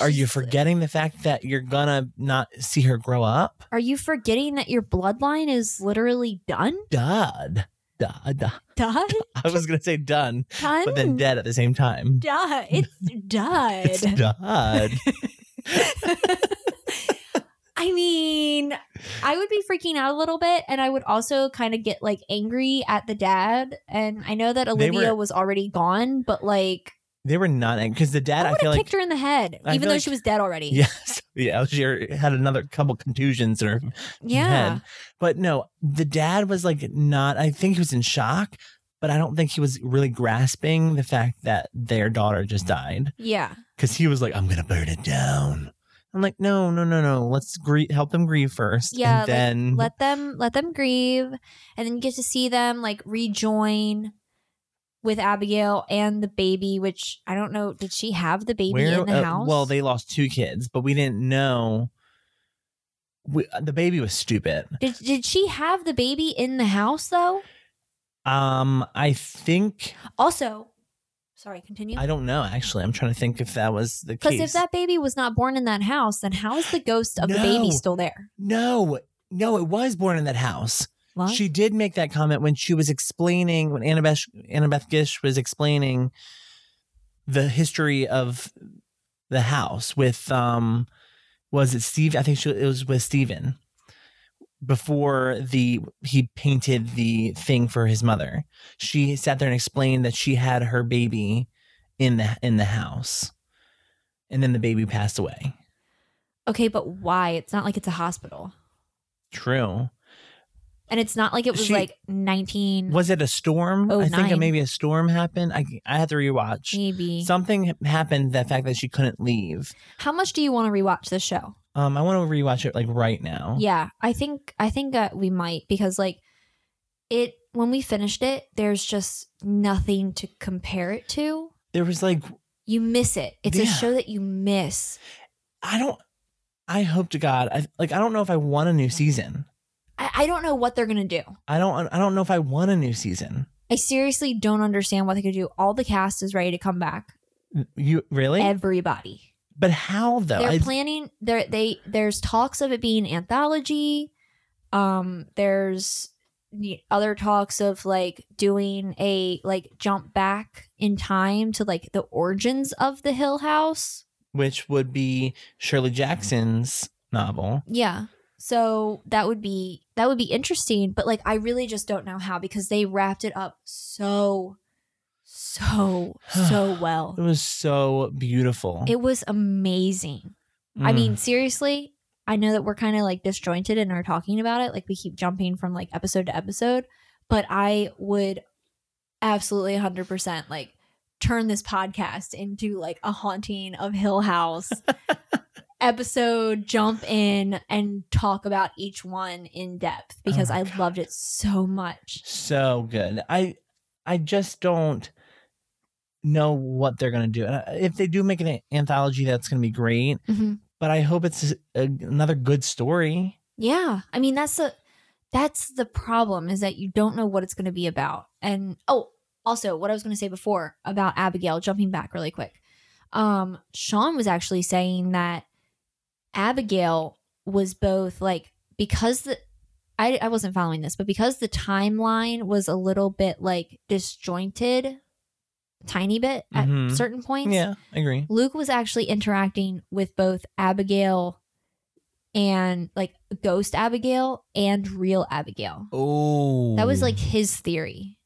[SPEAKER 3] Are you
[SPEAKER 2] Jesus.
[SPEAKER 3] forgetting the fact that you're gonna not see her grow up?
[SPEAKER 2] Are you forgetting that your bloodline is literally done?
[SPEAKER 3] Dud. Duh, duh.
[SPEAKER 2] Done.
[SPEAKER 3] I was gonna say done,
[SPEAKER 2] Done.
[SPEAKER 3] but then dead at the same time.
[SPEAKER 2] Duh, it's dud.
[SPEAKER 3] It's dud.
[SPEAKER 2] I mean, I would be freaking out a little bit, and I would also kind of get like angry at the dad. And I know that
[SPEAKER 3] They
[SPEAKER 2] Olivia
[SPEAKER 3] were-
[SPEAKER 2] was already gone, but like,
[SPEAKER 3] They were not angry because the dad.
[SPEAKER 2] I
[SPEAKER 3] I,
[SPEAKER 2] would
[SPEAKER 3] feel
[SPEAKER 2] have
[SPEAKER 3] like
[SPEAKER 2] kicked her in the head,
[SPEAKER 3] I
[SPEAKER 2] even
[SPEAKER 3] feel
[SPEAKER 2] though
[SPEAKER 3] like-
[SPEAKER 2] she was dead already.
[SPEAKER 3] yes, yeah. She had another couple contusions in her
[SPEAKER 2] Yeah.
[SPEAKER 3] head. But no, the dad was like not. I think he was in shock, but I don't think he was really grasping the fact that their daughter just
[SPEAKER 2] Mm-hmm.
[SPEAKER 3] died
[SPEAKER 2] Yeah.
[SPEAKER 3] because he was like, "I'm gonna burn it down." I'm like, no, no, no, no. Let's grieve, help them grieve first,
[SPEAKER 2] Yeah,
[SPEAKER 3] and
[SPEAKER 2] like,
[SPEAKER 3] then
[SPEAKER 2] Let them let them grieve, and then you get to see them like rejoin with Abigail and the baby. Which I don't know. Did she have the baby in the
[SPEAKER 3] uh,
[SPEAKER 2] house?
[SPEAKER 3] Well, they lost two kids, but we didn't know. We, uh, the baby was stupid.
[SPEAKER 2] did. Did she have the baby in the house though?
[SPEAKER 3] Um, I think
[SPEAKER 2] Also, sorry. Continue.
[SPEAKER 3] I don't know. Actually, I'm trying to think if that was the case.
[SPEAKER 2] Because if that baby was not born in that house, then how is the ghost of the
[SPEAKER 3] No.
[SPEAKER 2] baby still there?
[SPEAKER 3] no, no, it was born in that house.
[SPEAKER 2] What?
[SPEAKER 3] She did make that comment when she was explaining when Annabeth Annabeth Gish was explaining the history of the house with um was it Steve? I think she, it was with Steven before the he painted the thing for his mother. She sat there and explained that she had her baby in the in the house. And then the baby passed away.
[SPEAKER 2] okay, but why? It's not like it's a hospital,
[SPEAKER 3] True.
[SPEAKER 2] and it's not like it was
[SPEAKER 3] She-
[SPEAKER 2] like nineteen
[SPEAKER 3] Was it a storm?
[SPEAKER 2] Oh,
[SPEAKER 3] I think
[SPEAKER 2] nine.
[SPEAKER 3] maybe a storm happened. I I had to rewatch.
[SPEAKER 2] maybe.
[SPEAKER 3] Something ha- happened. The fact that she couldn't leave.
[SPEAKER 2] how much do you want to rewatch this show?
[SPEAKER 3] Um, I want to rewatch it like right now.
[SPEAKER 2] Yeah, I think I think uh, we might because like it when we finished it, there's just nothing to compare it to.
[SPEAKER 3] There was like
[SPEAKER 2] You miss it. It's a
[SPEAKER 3] Yeah.
[SPEAKER 2] show that you miss.
[SPEAKER 3] I don't. I hope to God. I like. I don't know if I want a new season.
[SPEAKER 2] I, I don't know what they're gonna do.
[SPEAKER 3] I don't. I don't know if I want a new season.
[SPEAKER 2] I seriously don't understand what they could do. All the cast is ready to come back.
[SPEAKER 3] You really?
[SPEAKER 2] Everybody.
[SPEAKER 3] but how though?
[SPEAKER 2] they're
[SPEAKER 3] I,
[SPEAKER 2] planning there they there's talks of it being anthology um there's the other talks of like doing a like jump back in time to like the origins of the hill house
[SPEAKER 3] which would be Shirley Jackson's novel.
[SPEAKER 2] yeah so that would be that would be interesting but like i really just don't know how because they wrapped it up so so so well
[SPEAKER 3] It was so beautiful.
[SPEAKER 2] it was amazing I
[SPEAKER 3] Mm.
[SPEAKER 2] mean, seriously, I know that we're kind of like disjointed and are talking about it. Like we keep jumping from like episode to episode, but I would absolutely 100% like turn this podcast into like a haunting of Hill House episode, jump in and talk about each one in depth because
[SPEAKER 3] Oh my
[SPEAKER 2] I loved it so much.
[SPEAKER 3] so good. I I just don't know what they're gonna do. And I- If they do make an anthology, that's gonna be great. But I hope it's a, another good story.
[SPEAKER 2] Yeah. I mean, that's the that's the problem is that you don't know what it's going to be about. And oh, also what I was going to say before about Abigail jumping back really quick. Um Sean was actually saying that Abigail was both like because the I, I wasn't following this, but because the timeline was a little bit like disjointed, tiny bit at
[SPEAKER 3] Mhm.
[SPEAKER 2] certain points.
[SPEAKER 3] Yeah, I agree.
[SPEAKER 2] Luke was actually interacting with both Abigail and like ghost Abigail and real Abigail.
[SPEAKER 3] Oh,
[SPEAKER 2] That was like his theory.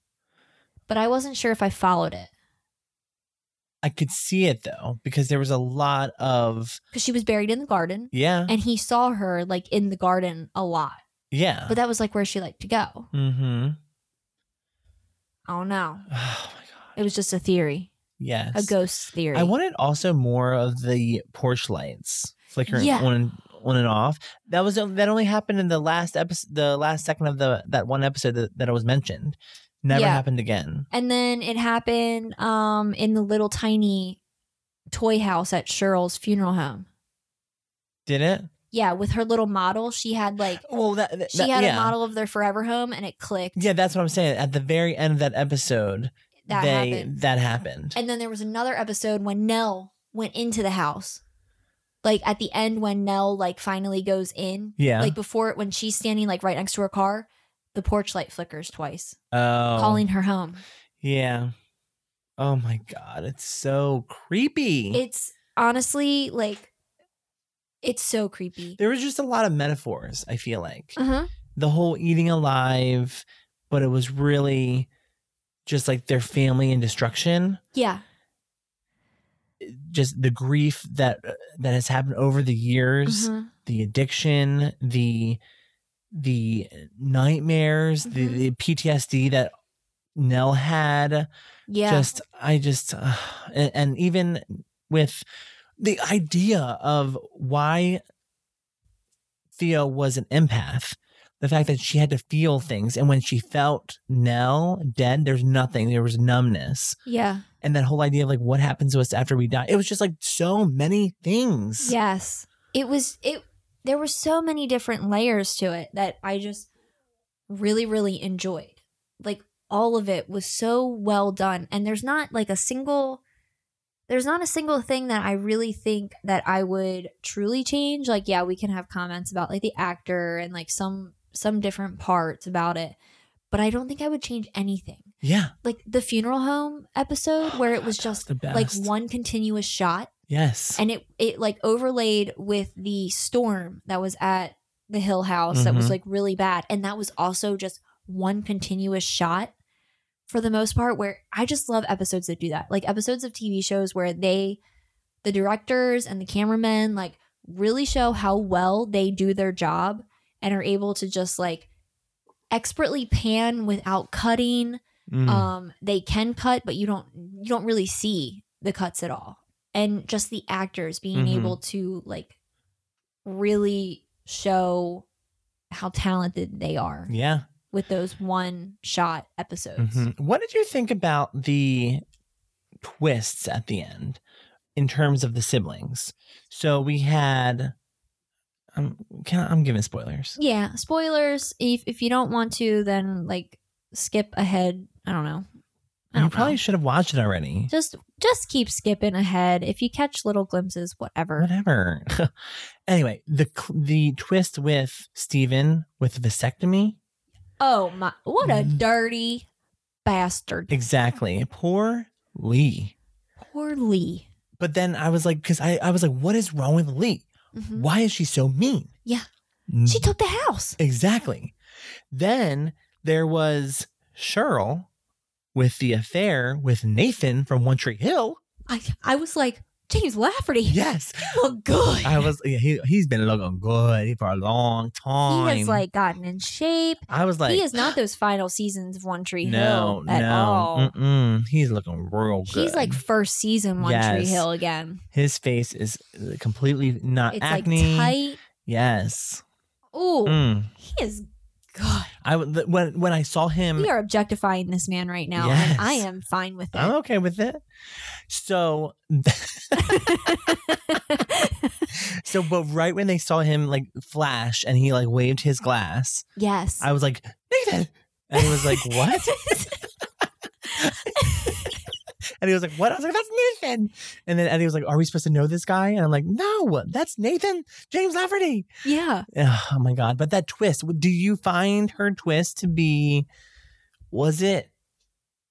[SPEAKER 2] But I wasn't sure if I followed it.
[SPEAKER 3] I could see it though because there was a lot of
[SPEAKER 2] because she was buried in the garden
[SPEAKER 3] yeah,
[SPEAKER 2] and he saw her like in the garden a lot.
[SPEAKER 3] yeah.
[SPEAKER 2] But that was like where she liked to go.
[SPEAKER 3] mm-hmm.
[SPEAKER 2] I don't know.
[SPEAKER 3] Oh my god.
[SPEAKER 2] It was just a theory,
[SPEAKER 3] Yes.
[SPEAKER 2] a ghost theory.
[SPEAKER 3] I wanted also more of the porch lights flickering
[SPEAKER 2] Yeah.
[SPEAKER 3] on and on and off. That was that only happened in the last episode, the last second of the that one episode that, that I was mentioned. Never
[SPEAKER 2] Yeah.
[SPEAKER 3] happened again.
[SPEAKER 2] and then it happened um in the little tiny toy house at Cheryl's funeral home.
[SPEAKER 3] Did it?
[SPEAKER 2] Yeah, with her little model, she had like
[SPEAKER 3] Well, that, that-
[SPEAKER 2] she
[SPEAKER 3] that-
[SPEAKER 2] had
[SPEAKER 3] yeah.
[SPEAKER 2] a model of their forever home, and it clicked.
[SPEAKER 3] Yeah, that's what I'm saying. At the very end of that episode,
[SPEAKER 2] That
[SPEAKER 3] they
[SPEAKER 2] happened.
[SPEAKER 3] that happened.
[SPEAKER 2] And then there was another episode when Nell went into the house. Like at the end when Nell like finally goes in,
[SPEAKER 3] yeah.
[SPEAKER 2] like before when she's standing like right next to her car, the porch light flickers twice,
[SPEAKER 3] oh.
[SPEAKER 2] calling her home.
[SPEAKER 3] Yeah. Oh my god, it's so creepy.
[SPEAKER 2] It's honestly like it's so creepy.
[SPEAKER 3] there was just a lot of metaphors, I feel like.
[SPEAKER 2] Uh-huh.
[SPEAKER 3] the whole eating alive, but it was really just like their family and destruction.
[SPEAKER 2] Yeah.
[SPEAKER 3] Just the grief that uh, that has happened over the years,
[SPEAKER 2] Uh-huh.
[SPEAKER 3] the addiction, the the nightmares,
[SPEAKER 2] Mhm.
[SPEAKER 3] the, the PTSD that Nell had.
[SPEAKER 2] Yeah.
[SPEAKER 3] Just I just uh, and, and even with the idea of why Theo was an empath, the fact that she had to feel things, and when she felt Nell dead, there's nothing, there was numbness,
[SPEAKER 2] yeah.
[SPEAKER 3] and that whole idea of like what happens to us after we die, it was just like so many things.
[SPEAKER 2] Yes. It was it there were so many different layers to it that I just really really enjoyed. Like all of it was so well done and there's not like a single there's not a single thing that I really think that I would truly change. Like yeah, we can have comments about like the actor and like some some different parts about it, but I don't think I would change anything.
[SPEAKER 3] Yeah,
[SPEAKER 2] Like the funeral home episode where it was just
[SPEAKER 3] the best.
[SPEAKER 2] like one continuous shot
[SPEAKER 3] yes,
[SPEAKER 2] and it it like overlaid with the storm that was at the Hill House that was
[SPEAKER 3] Mhm.
[SPEAKER 2] like really bad, and that was also just one continuous shot for the most part. Where I just love episodes that do that, like episodes of TV shows where they, the directors and the cameramen, like really show how well they do their job and are able to just like expertly pan without cutting
[SPEAKER 3] Mm.
[SPEAKER 2] um they can cut but you don't you don't really see the cuts at all and just the actors being
[SPEAKER 3] Mhm.
[SPEAKER 2] able to like really show how talented they are
[SPEAKER 3] yeah.
[SPEAKER 2] with those one shot episodes
[SPEAKER 3] Mhm. What did you think about the twists at the end in terms of the siblings? So we had. I'm can I, I'm giving spoilers.
[SPEAKER 2] yeah spoilers if if you don't want to then like skip ahead i don't know I
[SPEAKER 3] You
[SPEAKER 2] don't
[SPEAKER 3] probably
[SPEAKER 2] know.
[SPEAKER 3] should have watched it already.
[SPEAKER 2] just just keep skipping ahead if you catch little glimpses whatever
[SPEAKER 3] Whatever. anyway, the cl- the twist with Steven with the vasectomy.
[SPEAKER 2] oh my what a
[SPEAKER 3] Mhm.
[SPEAKER 2] dirty bastard
[SPEAKER 3] Exactly. Poor Lee.
[SPEAKER 2] poor lee
[SPEAKER 3] But then I was like, because I, I was like, what is wrong with Lee?
[SPEAKER 2] Mhm.
[SPEAKER 3] Why is she so mean?
[SPEAKER 2] Yeah. she took the house
[SPEAKER 3] Exactly. Then there was Cheryl with the affair with Nathan from One Tree Hill.
[SPEAKER 2] I I was like, James Lafferty,
[SPEAKER 3] Yes.
[SPEAKER 2] you look good.
[SPEAKER 3] I was yeah, he he's been looking good for a long time.
[SPEAKER 2] he has like gotten in shape.
[SPEAKER 3] I was like
[SPEAKER 2] he is not those final seasons of One Tree
[SPEAKER 3] no,
[SPEAKER 2] Hill at
[SPEAKER 3] no.
[SPEAKER 2] all.
[SPEAKER 3] Mm-mm. He's looking real good.
[SPEAKER 2] He's like first season One Tree
[SPEAKER 3] Yes.
[SPEAKER 2] Hill again.
[SPEAKER 3] his face is uh, completely not
[SPEAKER 2] It's
[SPEAKER 3] acne.
[SPEAKER 2] like tight. Oh.
[SPEAKER 3] Yes.
[SPEAKER 2] Ooh,
[SPEAKER 3] Mm.
[SPEAKER 2] he is good.
[SPEAKER 3] I w- when when I saw him
[SPEAKER 2] We are objectifying this man right now, and I
[SPEAKER 3] Um, Yes. Oh.
[SPEAKER 2] am fine with
[SPEAKER 3] I'm
[SPEAKER 2] it.
[SPEAKER 3] okay with it. So, so, but right when they saw him like flash and he like waved his glass,
[SPEAKER 2] yes.
[SPEAKER 3] I was like, Nathan. And he was like, what? and he was like, what? I was like, that's Nathan. And then Eddie was like, are we supposed to know this guy? And I'm like, no, that's Nathan James Lafferty.
[SPEAKER 2] yeah.
[SPEAKER 3] Ugh, Oh my God. But that twist, do you find her twist to be, was it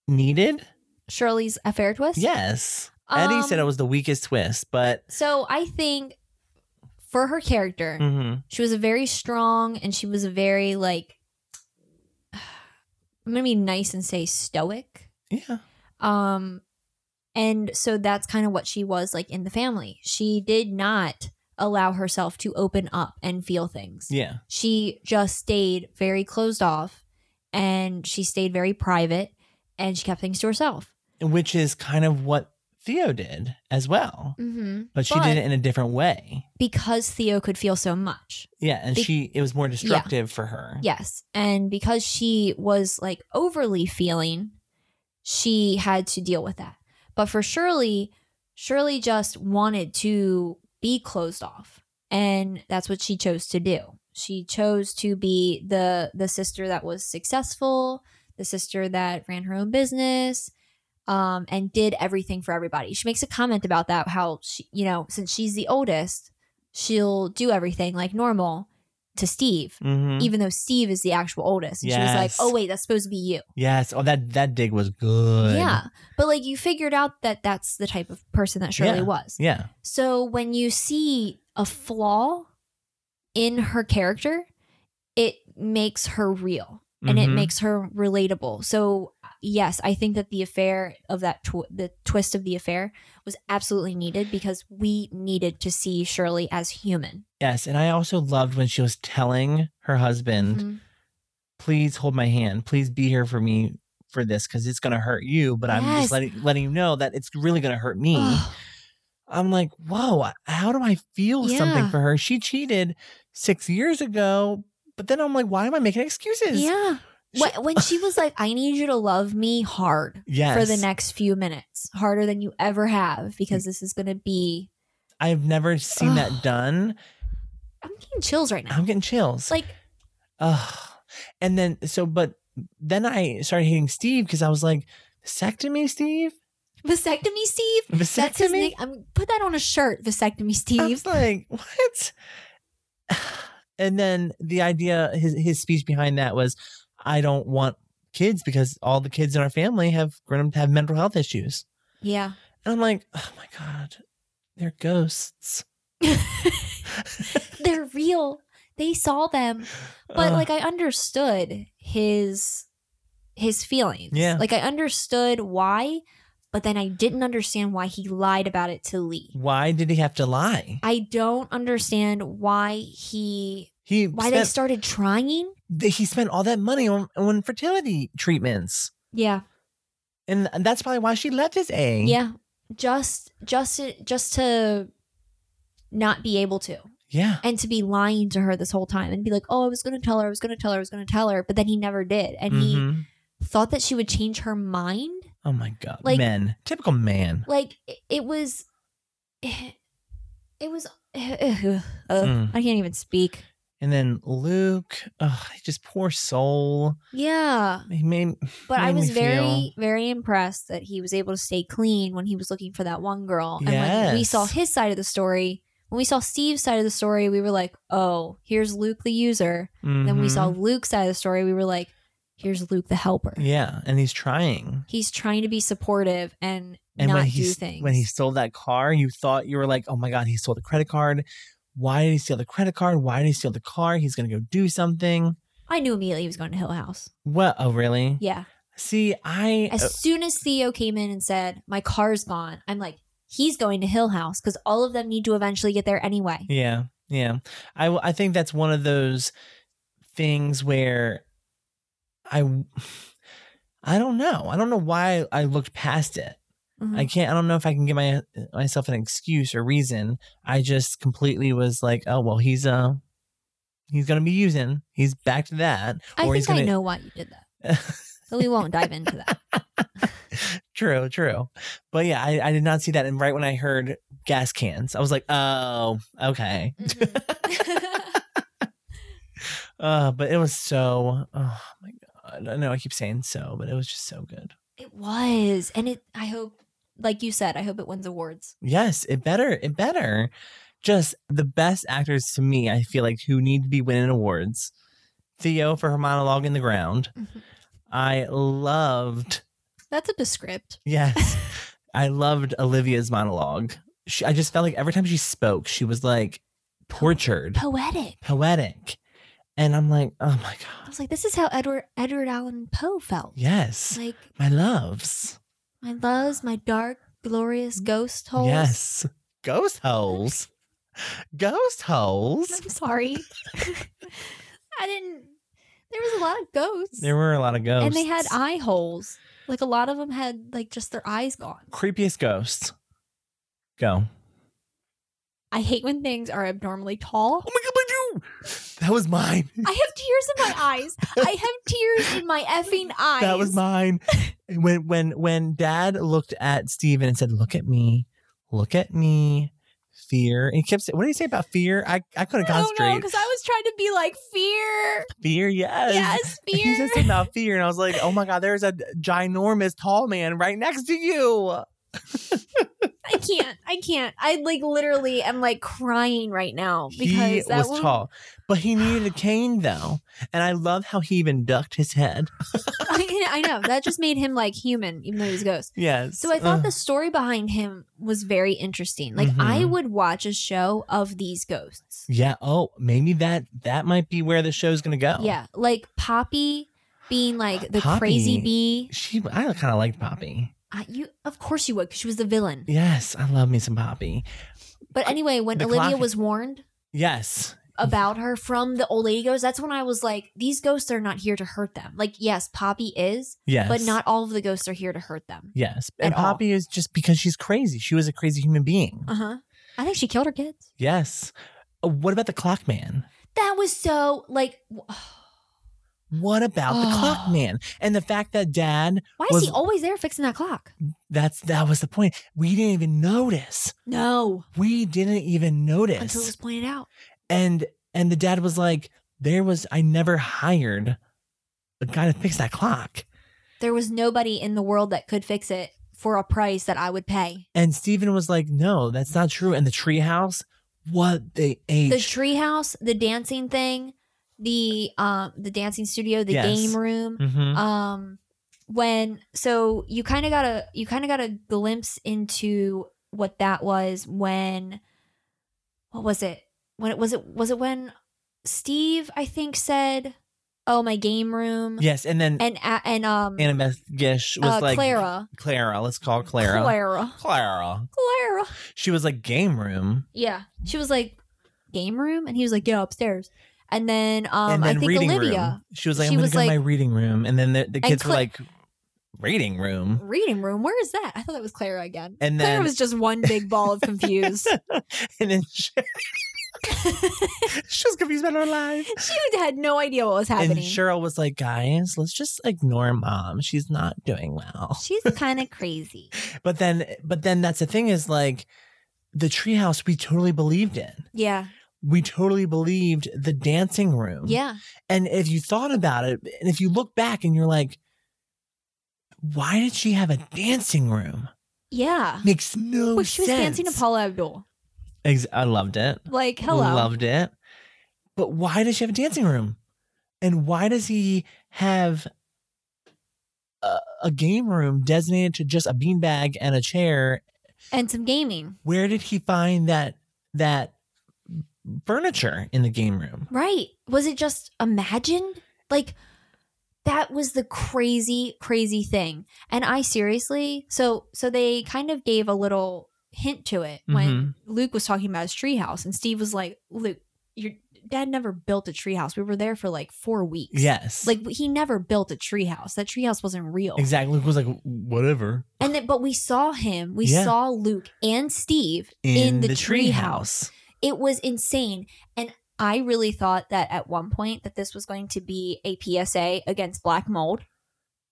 [SPEAKER 3] needed?
[SPEAKER 2] Shirley's affair twist.
[SPEAKER 3] Yes. Eddie said it
[SPEAKER 2] Um,
[SPEAKER 3] was the weakest twist, but
[SPEAKER 2] So I think for her character,
[SPEAKER 3] Mhm.
[SPEAKER 2] she was a very strong and she was a very like i'm gonna be nice and say stoic
[SPEAKER 3] yeah.
[SPEAKER 2] um And so that's kind of what she was like in the family. She did not allow herself to open up and feel things.
[SPEAKER 3] Yeah.
[SPEAKER 2] She just stayed very closed off and she stayed very private and she kept things to herself.
[SPEAKER 3] Which is kind of what Theo did as well,
[SPEAKER 2] Mm-hmm.
[SPEAKER 3] but she
[SPEAKER 2] But-
[SPEAKER 3] did it in a different way.
[SPEAKER 2] Because Theo could feel so much.
[SPEAKER 3] Yeah. And
[SPEAKER 2] Be-
[SPEAKER 3] she, it was more destructive for her.
[SPEAKER 2] Yes. And because she was like overly feeling, she had to deal with that. But for Shirley, Shirley just wanted to be closed off. And that's what she chose to do. She chose to be the the sister that was successful, the sister that ran her own business, um, and did everything for everybody. She makes a comment about that, how she, you know, since she's the oldest, she'll do everything like normal to Steve
[SPEAKER 3] Mhm.
[SPEAKER 2] even though Steve is the actual oldest. And she was like,
[SPEAKER 3] Yes.
[SPEAKER 2] oh, wait, that's supposed to be you.
[SPEAKER 3] Yes. Oh, that, that dig was good.
[SPEAKER 2] Yeah. But like you figured out that that's the type of person that Shirley
[SPEAKER 3] Yeah.
[SPEAKER 2] was.
[SPEAKER 3] Yeah.
[SPEAKER 2] So when you see a flaw in her character, it makes her real and it
[SPEAKER 3] Mhm.
[SPEAKER 2] makes her relatable. So yes, I think that the affair of that tw- the twist of the affair was absolutely needed because we needed to see Shirley as human.
[SPEAKER 3] Yes, and I also loved when she was telling her husband,
[SPEAKER 2] Mhm.
[SPEAKER 3] "Please hold my hand. Please be here for me for this because it's gonna hurt you, but I'm
[SPEAKER 2] Yes.
[SPEAKER 3] just letting letting you know that it's really gonna hurt me."
[SPEAKER 2] Ugh.
[SPEAKER 3] I'm like, "Whoa, how do I feel
[SPEAKER 2] Yeah.
[SPEAKER 3] something for her? She cheated six years ago." But then I'm like, why am I making excuses?
[SPEAKER 2] yeah. When, when she was like, I need you to love me hard.
[SPEAKER 3] Yes. Mm.
[SPEAKER 2] for the next few minutes, harder than you ever have, because this is going to be.
[SPEAKER 3] I've never seen
[SPEAKER 2] Ugh.
[SPEAKER 3] that done.
[SPEAKER 2] I'm getting chills right now.
[SPEAKER 3] I'm getting chills.
[SPEAKER 2] It's like,
[SPEAKER 3] Ugh. And then so, but then I started hating Steve because I was like, vasectomy, Steve?
[SPEAKER 2] vasectomy Steve?
[SPEAKER 3] Vasectomy? Um,
[SPEAKER 2] That's his name. I'm, put that on a shirt, vasectomy
[SPEAKER 3] I
[SPEAKER 2] Steve.
[SPEAKER 3] was like, what? And then the idea, his his speech behind that was, I don't want kids because all the kids in our family have grown up to have mental health issues.
[SPEAKER 2] Yeah.
[SPEAKER 3] And I'm like, oh my god, they're ghosts.
[SPEAKER 2] They're real. They saw them. But
[SPEAKER 3] Ugh.
[SPEAKER 2] like I understood his his feelings.
[SPEAKER 3] Yeah.
[SPEAKER 2] Like I understood why, but then I didn't understand why he lied about it to Lee.
[SPEAKER 3] why did he have to lie?
[SPEAKER 2] I don't understand why he
[SPEAKER 3] He
[SPEAKER 2] why they
[SPEAKER 3] spent,
[SPEAKER 2] started trying.
[SPEAKER 3] th- he spent all that money on, on fertility treatments,
[SPEAKER 2] Yeah.
[SPEAKER 3] and uh, that's probably why she left his A.
[SPEAKER 2] Yeah, just just just to not be able to,
[SPEAKER 3] yeah.
[SPEAKER 2] and to be lying to her this whole time, and be like, "Oh, I was going to tell her, I was going to tell her, I was going to tell her," but then he never did, and he
[SPEAKER 3] Mhm.
[SPEAKER 2] thought that she would change her mind.
[SPEAKER 3] oh my god,
[SPEAKER 2] like-
[SPEAKER 3] men, typical man.
[SPEAKER 2] Like it, it was, it was.
[SPEAKER 3] Mm.
[SPEAKER 2] I can't even speak.
[SPEAKER 3] And then Luke, oh, just poor soul.
[SPEAKER 2] Yeah,
[SPEAKER 3] He made
[SPEAKER 2] but I
[SPEAKER 3] Made me
[SPEAKER 2] was very,
[SPEAKER 3] feel-
[SPEAKER 2] very impressed that he was able to stay clean when he was looking for that one girl. And when we
[SPEAKER 3] Yes.
[SPEAKER 2] saw his side of the story, when we saw Steve's side of the story, we were like, oh, here's Luke the user. Then we saw
[SPEAKER 3] Mhm.
[SPEAKER 2] Luke's side of the story, we were like, here's Luke the helper.
[SPEAKER 3] Mm-hmm. Yeah, and he's trying.
[SPEAKER 2] He's trying to be supportive and,
[SPEAKER 3] And
[SPEAKER 2] not
[SPEAKER 3] when
[SPEAKER 2] do
[SPEAKER 3] he
[SPEAKER 2] things.
[SPEAKER 3] when he stole that car, you thought you were like, "Oh my god, he stole the credit card. Why did he steal the credit card? Why did he steal the car? He's gonna go do something."
[SPEAKER 2] I knew immediately he was going to Hill House.
[SPEAKER 3] What? Oh, really?
[SPEAKER 2] Yeah.
[SPEAKER 3] See, I
[SPEAKER 2] As soon as Theo came in and said, my car's gone, I'm like, he's going to Hill House because all of them need to eventually get there anyway.
[SPEAKER 3] yeah, yeah. I w- I think that's one of those things where I I don't know. I don't know why I looked past it.
[SPEAKER 2] Mhm.
[SPEAKER 3] I can't. I don't know if I can give my myself an excuse or reason. I just completely was like, oh well, he's uh, he's gonna be using. He's back to that,
[SPEAKER 2] I
[SPEAKER 3] or he's
[SPEAKER 2] think I
[SPEAKER 3] gonna.
[SPEAKER 2] know why you did that. but we won't dive into that.
[SPEAKER 3] true, true. But yeah, I, I did not see that. And right when I heard gas cans, I was like, oh, okay.
[SPEAKER 2] Mm-hmm.
[SPEAKER 3] Uh, but it was so. Oh my god. I know I keep saying so, but it was just so good.
[SPEAKER 2] it was, and it. I hope, like you said, I hope it wins awards.
[SPEAKER 3] Yes, it better. It better. Just the best actors to me, I feel like, who need to be winning awards. Theo for her monologue in the ground.
[SPEAKER 2] Mhm.
[SPEAKER 3] I loved,
[SPEAKER 2] That's a descript.
[SPEAKER 3] yes, I loved Olivia's monologue. She, I just felt like every time she spoke, she was like tortured,
[SPEAKER 2] Poetic.
[SPEAKER 3] poetic. And I'm like, oh my
[SPEAKER 2] I
[SPEAKER 3] God.
[SPEAKER 2] was like, this is how Edward Edward Allan Poe felt.
[SPEAKER 3] Yes,
[SPEAKER 2] Like
[SPEAKER 3] my loves.
[SPEAKER 2] my loves, my dark glorious ghost holes.
[SPEAKER 3] Yes. Ghost holes. Ghost holes.
[SPEAKER 2] I'm sorry. I didn't. There was a lot of ghosts.
[SPEAKER 3] There were a lot of ghosts.
[SPEAKER 2] and they had eye holes. Like a lot of them had like just their eyes gone.
[SPEAKER 3] creepiest ghosts. Go.
[SPEAKER 2] I hate when things are abnormally tall.
[SPEAKER 3] Oh my god, my Jew! That was mine.
[SPEAKER 2] I have tears in my eyes. I have tears in my effing eyes.
[SPEAKER 3] That was mine. when when when dad looked at Steven and said, Look at me, look at me. Fear. And he kept saying, What did he say about fear? I, I couldn't
[SPEAKER 2] I don't know
[SPEAKER 3] concentrate.
[SPEAKER 2] because I was trying to be like fear.
[SPEAKER 3] fear, yes.
[SPEAKER 2] Yes,
[SPEAKER 3] He
[SPEAKER 2] fear.
[SPEAKER 3] said something about fear, and I was like, "Oh my god, there's a ginormous tall man right next to you."
[SPEAKER 2] I can't. I can't. I like literally am like crying right now because
[SPEAKER 3] He
[SPEAKER 2] that
[SPEAKER 3] was
[SPEAKER 2] one-
[SPEAKER 3] tall, but he needed a cane though, and I love how he even ducked his head.
[SPEAKER 2] I, I know that just made him like human, even though he's a ghost.
[SPEAKER 3] Yes. Uh-huh.
[SPEAKER 2] So I thought
[SPEAKER 3] Ugh.
[SPEAKER 2] the story behind him was very interesting. Like I
[SPEAKER 3] Mhm.
[SPEAKER 2] would watch a show of these ghosts.
[SPEAKER 3] Yeah. Oh, maybe that that might be where the show's gonna go.
[SPEAKER 2] Yeah, like Poppy being like the
[SPEAKER 3] Poppy.
[SPEAKER 2] crazy bee.
[SPEAKER 3] She. I kind of liked Poppy.
[SPEAKER 2] Uh, you, of course, you would, because she was the villain.
[SPEAKER 3] Yes, I love me some Poppy.
[SPEAKER 2] But anyway, when
[SPEAKER 3] The
[SPEAKER 2] Olivia
[SPEAKER 3] clock-
[SPEAKER 2] was warned
[SPEAKER 3] Yes.
[SPEAKER 2] about her from the old lady ghost, that's when I was like, these ghosts are not here to hurt them. Like, yes, Poppy is,
[SPEAKER 3] Yes.
[SPEAKER 2] but not all of the ghosts are here to hurt them.
[SPEAKER 3] Yes. And
[SPEAKER 2] at all.
[SPEAKER 3] Poppy is just because she's crazy. She was a crazy human being.
[SPEAKER 2] Uh huh. I think she killed her kids.
[SPEAKER 3] Yes. Uh, What about the clock man?
[SPEAKER 2] That was so like, w-
[SPEAKER 3] What about the clock
[SPEAKER 2] Oh.
[SPEAKER 3] man? And the fact that dad,
[SPEAKER 2] why is
[SPEAKER 3] Was-
[SPEAKER 2] he always there fixing that clock?
[SPEAKER 3] that's that was the point. We didn't even notice.
[SPEAKER 2] No,
[SPEAKER 3] We didn't even
[SPEAKER 2] until it
[SPEAKER 3] notice.
[SPEAKER 2] was pointed out.
[SPEAKER 3] and and the dad was like, there was I never hired a guy to fix that clock.
[SPEAKER 2] There was nobody in the world that could fix it for a price that I would pay.
[SPEAKER 3] And Steven was like, no, that's not true. And the treehouse, what they ate.
[SPEAKER 2] The treehouse, the dancing thing, the um, the dancing studio, the
[SPEAKER 3] Yes.
[SPEAKER 2] game room.
[SPEAKER 3] Mhm.
[SPEAKER 2] um when so you kind of got a you kind of got a glimpse into what that was when what was it when it was it was it when steve i think said oh my game room
[SPEAKER 3] Yes. And then
[SPEAKER 2] and a- and um
[SPEAKER 3] Annabeth Gish was
[SPEAKER 2] uh,
[SPEAKER 3] like,
[SPEAKER 2] clara
[SPEAKER 3] Clara, let's call Clara.
[SPEAKER 2] clara
[SPEAKER 3] Clara.
[SPEAKER 2] clara
[SPEAKER 3] She was like, game room.
[SPEAKER 2] yeah she was like game room and he was like yeah upstairs and then um
[SPEAKER 3] and then
[SPEAKER 2] i think
[SPEAKER 3] reading
[SPEAKER 2] olivia
[SPEAKER 3] room. She was like,
[SPEAKER 2] she
[SPEAKER 3] I'm going
[SPEAKER 2] was
[SPEAKER 3] to go to my
[SPEAKER 2] like-
[SPEAKER 3] reading room. And then the, the kids
[SPEAKER 2] Cla-
[SPEAKER 3] were like, reading room.
[SPEAKER 2] reading room where is that i thought that was clara again
[SPEAKER 3] And
[SPEAKER 2] clara
[SPEAKER 3] then,
[SPEAKER 2] was just one big ball of confused
[SPEAKER 3] and then she, she was confused about her life.
[SPEAKER 2] she had no idea what was
[SPEAKER 3] And
[SPEAKER 2] happening.
[SPEAKER 3] Cheryl was like, guys, let's just ignore mom. She's not doing well.
[SPEAKER 2] She's kind of crazy.
[SPEAKER 3] But then, but then that's the thing is like, the treehouse we totally believed in.
[SPEAKER 2] Yeah.
[SPEAKER 3] We totally believed the dancing room.
[SPEAKER 2] Yeah.
[SPEAKER 3] And if you thought about it, and if you look back and you're like, why did she have a dancing room?
[SPEAKER 2] Yeah.
[SPEAKER 3] Makes no
[SPEAKER 2] Well, she was
[SPEAKER 3] sense.
[SPEAKER 2] dancing to Paula Abdul.
[SPEAKER 3] Ex- I loved it.
[SPEAKER 2] Like, hello.
[SPEAKER 3] Loved it. But why does she have a dancing room? And why does he have a, a game room designated to just a beanbag and a chair?
[SPEAKER 2] And some gaming.
[SPEAKER 3] Where did he find that that furniture in the game room?
[SPEAKER 2] Right. Was it just imagined? Like, that was the crazy, crazy thing. And I seriously, so so they kind of gave a little hint to it when
[SPEAKER 3] Mm-hmm.
[SPEAKER 2] Luke was talking about his treehouse, and Steve was like, "Luke, your dad never built a treehouse. We were there for like four weeks.
[SPEAKER 3] Yes.
[SPEAKER 2] like he never built a treehouse. That treehouse wasn't real.
[SPEAKER 3] exactly. Luke was like, whatever.
[SPEAKER 2] And then, but we saw him. We
[SPEAKER 3] Yeah.
[SPEAKER 2] saw Luke and Steve in, the, treehouse. It was insane, and I really thought that at one point that this was going to be a PSA against black mold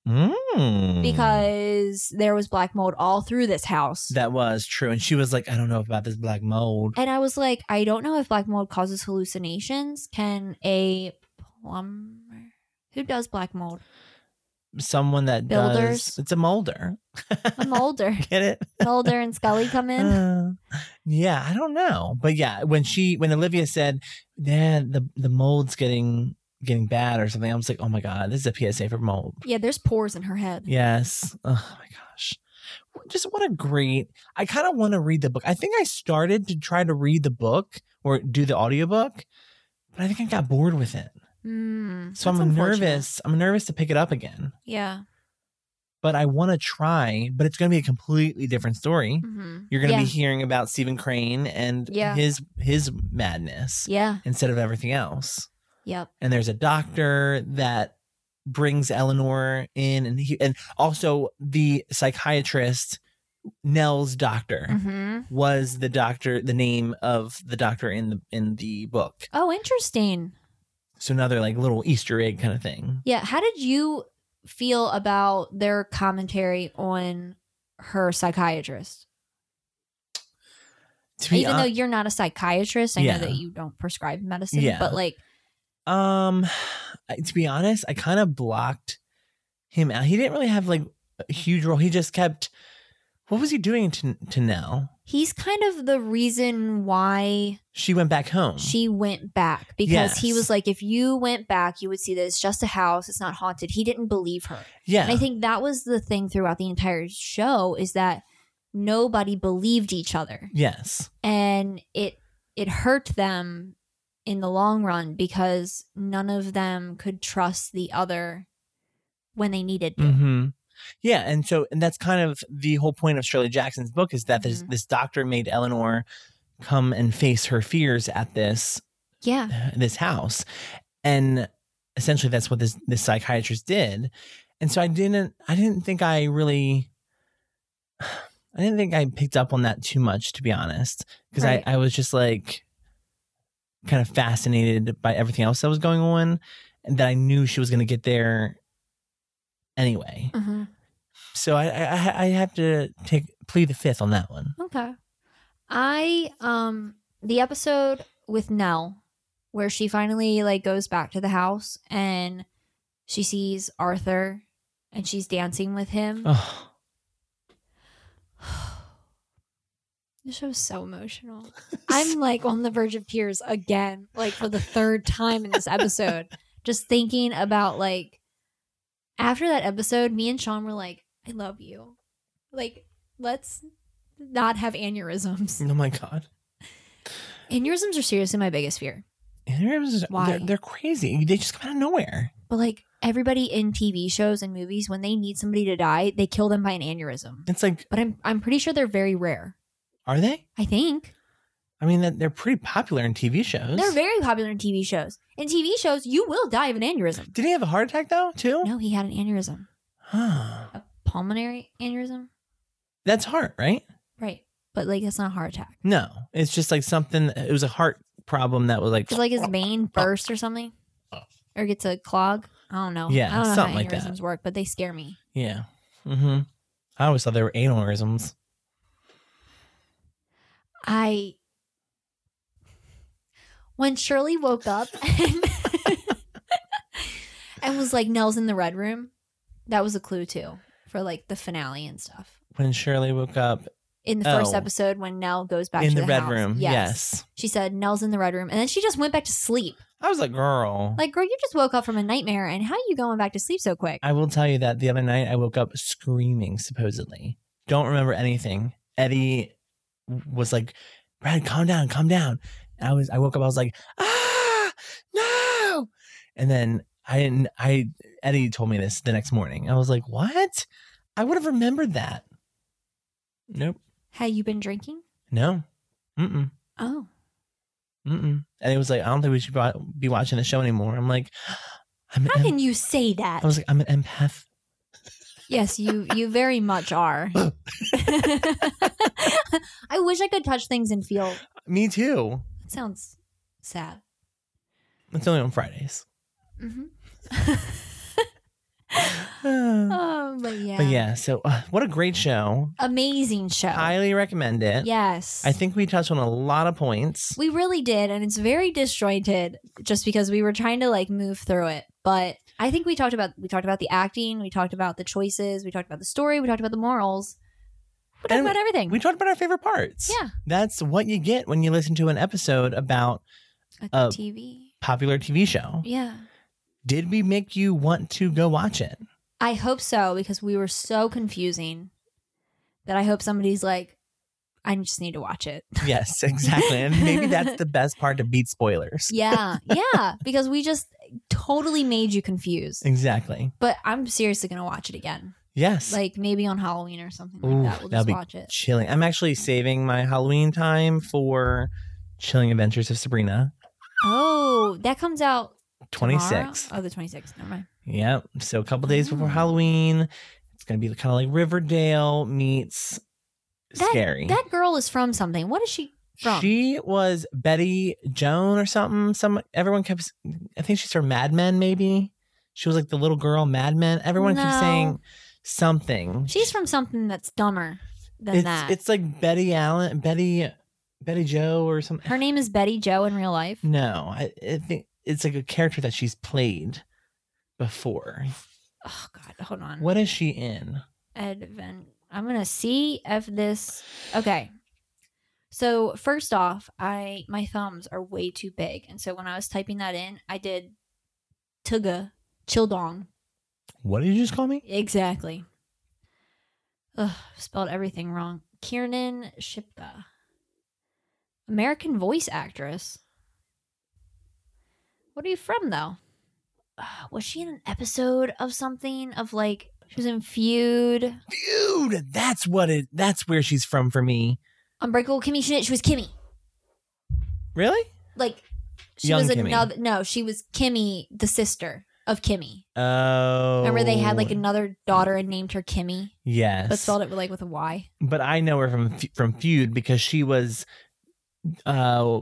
[SPEAKER 3] Mm.
[SPEAKER 2] because there was black mold all through this house.
[SPEAKER 3] that was true. And she was like, I don't know about this black mold.
[SPEAKER 2] and I was like, I don't know if black mold causes hallucinations. Can a plumber who does black mold?
[SPEAKER 3] Someone that
[SPEAKER 2] Builders.
[SPEAKER 3] does it's a molder.
[SPEAKER 2] A molder,
[SPEAKER 3] Get it?
[SPEAKER 2] molder, and Scully come in.
[SPEAKER 3] Uh, yeah, I don't know. But yeah, when she when Olivia said, Yeah, the the mold's getting getting bad or something, I was like, Oh my god, this is a PSA for mold.
[SPEAKER 2] Yeah, there's pores in her head.
[SPEAKER 3] Yes. Oh my gosh. Just what a great I kind of want to read the book. I think I started to try to read the book or do the audiobook, but I think I got bored with it.
[SPEAKER 2] Mm,
[SPEAKER 3] So
[SPEAKER 2] that's
[SPEAKER 3] I'm
[SPEAKER 2] unfortunate.
[SPEAKER 3] nervous. I'm nervous to pick it up again.
[SPEAKER 2] Yeah.
[SPEAKER 3] but I want to try, but it's going to be a completely different story.
[SPEAKER 2] Mm-hmm.
[SPEAKER 3] You're going to
[SPEAKER 2] Yeah.
[SPEAKER 3] be hearing about Stephen Crane and
[SPEAKER 2] Yeah.
[SPEAKER 3] his his madness
[SPEAKER 2] Yeah.
[SPEAKER 3] instead of everything else.
[SPEAKER 2] Yep.
[SPEAKER 3] And there's a doctor that brings Eleanor in and he, and also the psychiatrist Nell's doctor
[SPEAKER 2] Mm-hmm.
[SPEAKER 3] was the doctor the name of the doctor in the in the book.
[SPEAKER 2] Oh, interesting.
[SPEAKER 3] So another like little Easter egg kind of thing.
[SPEAKER 2] Yeah. How did you feel about their commentary on her psychiatrist?
[SPEAKER 3] To be
[SPEAKER 2] Even
[SPEAKER 3] hon-
[SPEAKER 2] though you're not a psychiatrist, I
[SPEAKER 3] Yeah.
[SPEAKER 2] know that you don't prescribe medicine,
[SPEAKER 3] Yeah.
[SPEAKER 2] but like,
[SPEAKER 3] Um, I- to be honest, I kind of blocked him out. He didn't really have like a huge role. He just kept. What was he doing to to Nell?
[SPEAKER 2] he's kind of the reason why
[SPEAKER 3] She went back home.
[SPEAKER 2] she went back because
[SPEAKER 3] Mm.
[SPEAKER 2] he
[SPEAKER 3] Yes.
[SPEAKER 2] was like, if you went back, you would see that it's just a house, it's not haunted. He didn't believe her.
[SPEAKER 3] yeah,
[SPEAKER 2] And I think that was the thing throughout the entire show is that nobody believed each other.
[SPEAKER 3] yes,
[SPEAKER 2] and it it hurt them in the long run because none of them could trust the other when they needed to.
[SPEAKER 3] hmm yeah. And so, and that's kind of the whole point of Shirley Jackson's book is that this
[SPEAKER 2] Mhm.
[SPEAKER 3] this doctor made Eleanor come and face her fears at this
[SPEAKER 2] Yeah.
[SPEAKER 3] this house and essentially that's what this this psychiatrist did and so i didn't i didn't think i really i didn't think i picked up on that too much to be honest because
[SPEAKER 2] Right.
[SPEAKER 3] I, I was just like kind of fascinated by everything else that was going on and that i knew she was going to get there anyway
[SPEAKER 2] Mhm.
[SPEAKER 3] so I, I i have to take plead the fifth on that one
[SPEAKER 2] Okay. I um the episode with Nell where she finally like goes back to the house and she sees Arthur and she's dancing with him.
[SPEAKER 3] oh
[SPEAKER 2] This show is so emotional. I'm like on the verge of tears again, like for the third time in this episode. Just thinking about like after that episode, me and Sean were like, I love you. Like, let's not have aneurysms.
[SPEAKER 3] oh my god
[SPEAKER 2] Aneurysms are seriously my biggest fear.
[SPEAKER 3] Interviews,
[SPEAKER 2] Why?
[SPEAKER 3] They're, they're crazy they just come out of nowhere
[SPEAKER 2] But like everybody in TV shows and movies, when they need somebody to die, they kill them by an aneurysm.
[SPEAKER 3] It's like,
[SPEAKER 2] But I'm I'm pretty sure they're very rare.
[SPEAKER 3] are they?
[SPEAKER 2] I think.
[SPEAKER 3] I mean, that they're pretty popular in TV shows.
[SPEAKER 2] They're very popular in TV shows. In TV shows, you will die of an aneurysm.
[SPEAKER 3] Did he have a heart attack though, too?
[SPEAKER 2] No, he had an aneurysm.
[SPEAKER 3] Huh.
[SPEAKER 2] A pulmonary aneurysm?
[SPEAKER 3] That's heart, right?
[SPEAKER 2] Right. But like it's not a heart attack.
[SPEAKER 3] No, it's just like something. It was a heart problem that was like,
[SPEAKER 2] It's like his vein bursts or something. Or gets a clog. I don't know.
[SPEAKER 3] Yeah,
[SPEAKER 2] I don't know
[SPEAKER 3] something
[SPEAKER 2] how
[SPEAKER 3] like that.
[SPEAKER 2] aneurysms work, but they scare me.
[SPEAKER 3] yeah. Mm-hmm. I always thought they were aneurysms.
[SPEAKER 2] I when Shirley woke up and, and was like Nell's in the red room, that was a clue too for like the finale and stuff.
[SPEAKER 3] When Shirley woke up
[SPEAKER 2] In the first
[SPEAKER 3] Oh.
[SPEAKER 2] episode when Nell goes back
[SPEAKER 3] in
[SPEAKER 2] to
[SPEAKER 3] the,
[SPEAKER 2] the,
[SPEAKER 3] red
[SPEAKER 2] house.
[SPEAKER 3] room, yes.
[SPEAKER 2] She said Nell's in the red room and then she just went back to sleep.
[SPEAKER 3] I was like, girl.
[SPEAKER 2] Like, girl, you just woke up from a nightmare, and how you going back to sleep so quick?
[SPEAKER 3] I will tell you that the other night I woke up screaming, supposedly. Don't remember anything. Eddie was like, Brad, calm down, calm down. And I was I woke up, I was like, ah, no. And then I didn't I Eddie told me this the next morning. I was like, what? I would have remembered that. Nope.
[SPEAKER 2] Had you been drinking?
[SPEAKER 3] No. Mm-mm.
[SPEAKER 2] Oh,
[SPEAKER 3] Mm-mm. And he was like, I don't think we should wa- be watching the show anymore. I'm like, I'm an
[SPEAKER 2] how
[SPEAKER 3] em-
[SPEAKER 2] can you say that?
[SPEAKER 3] I was like, I'm an empath.
[SPEAKER 2] yes, you you very much are. I wish I could touch things and feel.
[SPEAKER 3] Me too.
[SPEAKER 2] That sounds sad.
[SPEAKER 3] It's only on Fridays. Mm-hmm.
[SPEAKER 2] hmm
[SPEAKER 3] Uh,
[SPEAKER 2] oh, but yeah.
[SPEAKER 3] But yeah, so uh, what a great show.
[SPEAKER 2] amazing show.
[SPEAKER 3] Highly recommend it.
[SPEAKER 2] yes,
[SPEAKER 3] uh, I think we touched on a lot of points.
[SPEAKER 2] we really did, and it's very disjointed just because we were trying to like move through it. But I think we talked about we talked about the acting, we talked about the choices, we talked about the story, we talked about the morals, we talked
[SPEAKER 3] And
[SPEAKER 2] about everything.
[SPEAKER 3] We talked about our favorite parts.
[SPEAKER 2] Yeah.
[SPEAKER 3] That's what you get when you listen to an episode about
[SPEAKER 2] a
[SPEAKER 3] Uh,
[SPEAKER 2] TV.
[SPEAKER 3] popular TV show.
[SPEAKER 2] Yeah.
[SPEAKER 3] Did we make you want to go watch it?
[SPEAKER 2] I hope so because we were so confusing that I hope somebody's like, I just need to watch it.
[SPEAKER 3] Yes, exactly. and maybe that's the best part to beat spoilers.
[SPEAKER 2] Yeah. Yeah. because we just totally made you confused.
[SPEAKER 3] Exactly.
[SPEAKER 2] But I'm seriously going to watch it again.
[SPEAKER 3] Yes.
[SPEAKER 2] like maybe on Halloween or something like
[SPEAKER 3] Ooh,
[SPEAKER 2] that. We'll
[SPEAKER 3] that'd
[SPEAKER 2] just
[SPEAKER 3] be
[SPEAKER 2] watch it.
[SPEAKER 3] chilling. I'm actually saving my Halloween time for Chilling Adventures of Sabrina
[SPEAKER 2] Oh, that comes out tomorrow?
[SPEAKER 3] 26th.
[SPEAKER 2] Oh, the 26th. Never mind.
[SPEAKER 3] Yep. So a couple days before
[SPEAKER 2] Mm.
[SPEAKER 3] Halloween, it's going to be kind of like Riverdale meets
[SPEAKER 2] That-
[SPEAKER 3] scary.
[SPEAKER 2] That girl is from something. What is she? from-
[SPEAKER 3] She was Betty Joan or something. Some everyone kept I think she's from Mad Men maybe. She was like the little girl Mad Men. Everyone keeps
[SPEAKER 2] No.
[SPEAKER 3] saying something.
[SPEAKER 2] She's from something that's dumber than
[SPEAKER 3] it's,
[SPEAKER 2] that.
[SPEAKER 3] it's like Betty Allen, Betty Betty Joe or something.
[SPEAKER 2] Her name is Betty Joe in real life.
[SPEAKER 3] No, I, I think it's like a character that she's played before.
[SPEAKER 2] Oh God, hold on.
[SPEAKER 3] What is she in?
[SPEAKER 2] Advent. I'm gonna see if this. Okay. So first off, I my thumbs are way too big, and so when I was typing that in, I did Tuga Childong
[SPEAKER 3] What did you just call me?
[SPEAKER 2] exactly. Ugh, spelled everything wrong. Kiernan Shipka, American voice actress. What are you from though? Ugh, was she in an episode of something of like she was in Feud?
[SPEAKER 3] Dude, that's what it. That's where she's from for me.
[SPEAKER 2] Unbreakable Kimmy Schmidt. She was Kimmy.
[SPEAKER 3] Really?
[SPEAKER 2] Like she
[SPEAKER 3] Young
[SPEAKER 2] was
[SPEAKER 3] Kimmy.
[SPEAKER 2] another. No, she was Kimmy, the sister of Kimmy.
[SPEAKER 3] Oh,
[SPEAKER 2] Remember they had like another daughter and named her Kimmy,
[SPEAKER 3] yes,
[SPEAKER 2] but spelled it with, like with a Y.
[SPEAKER 3] but I know her from Fe- from Feud because she was uh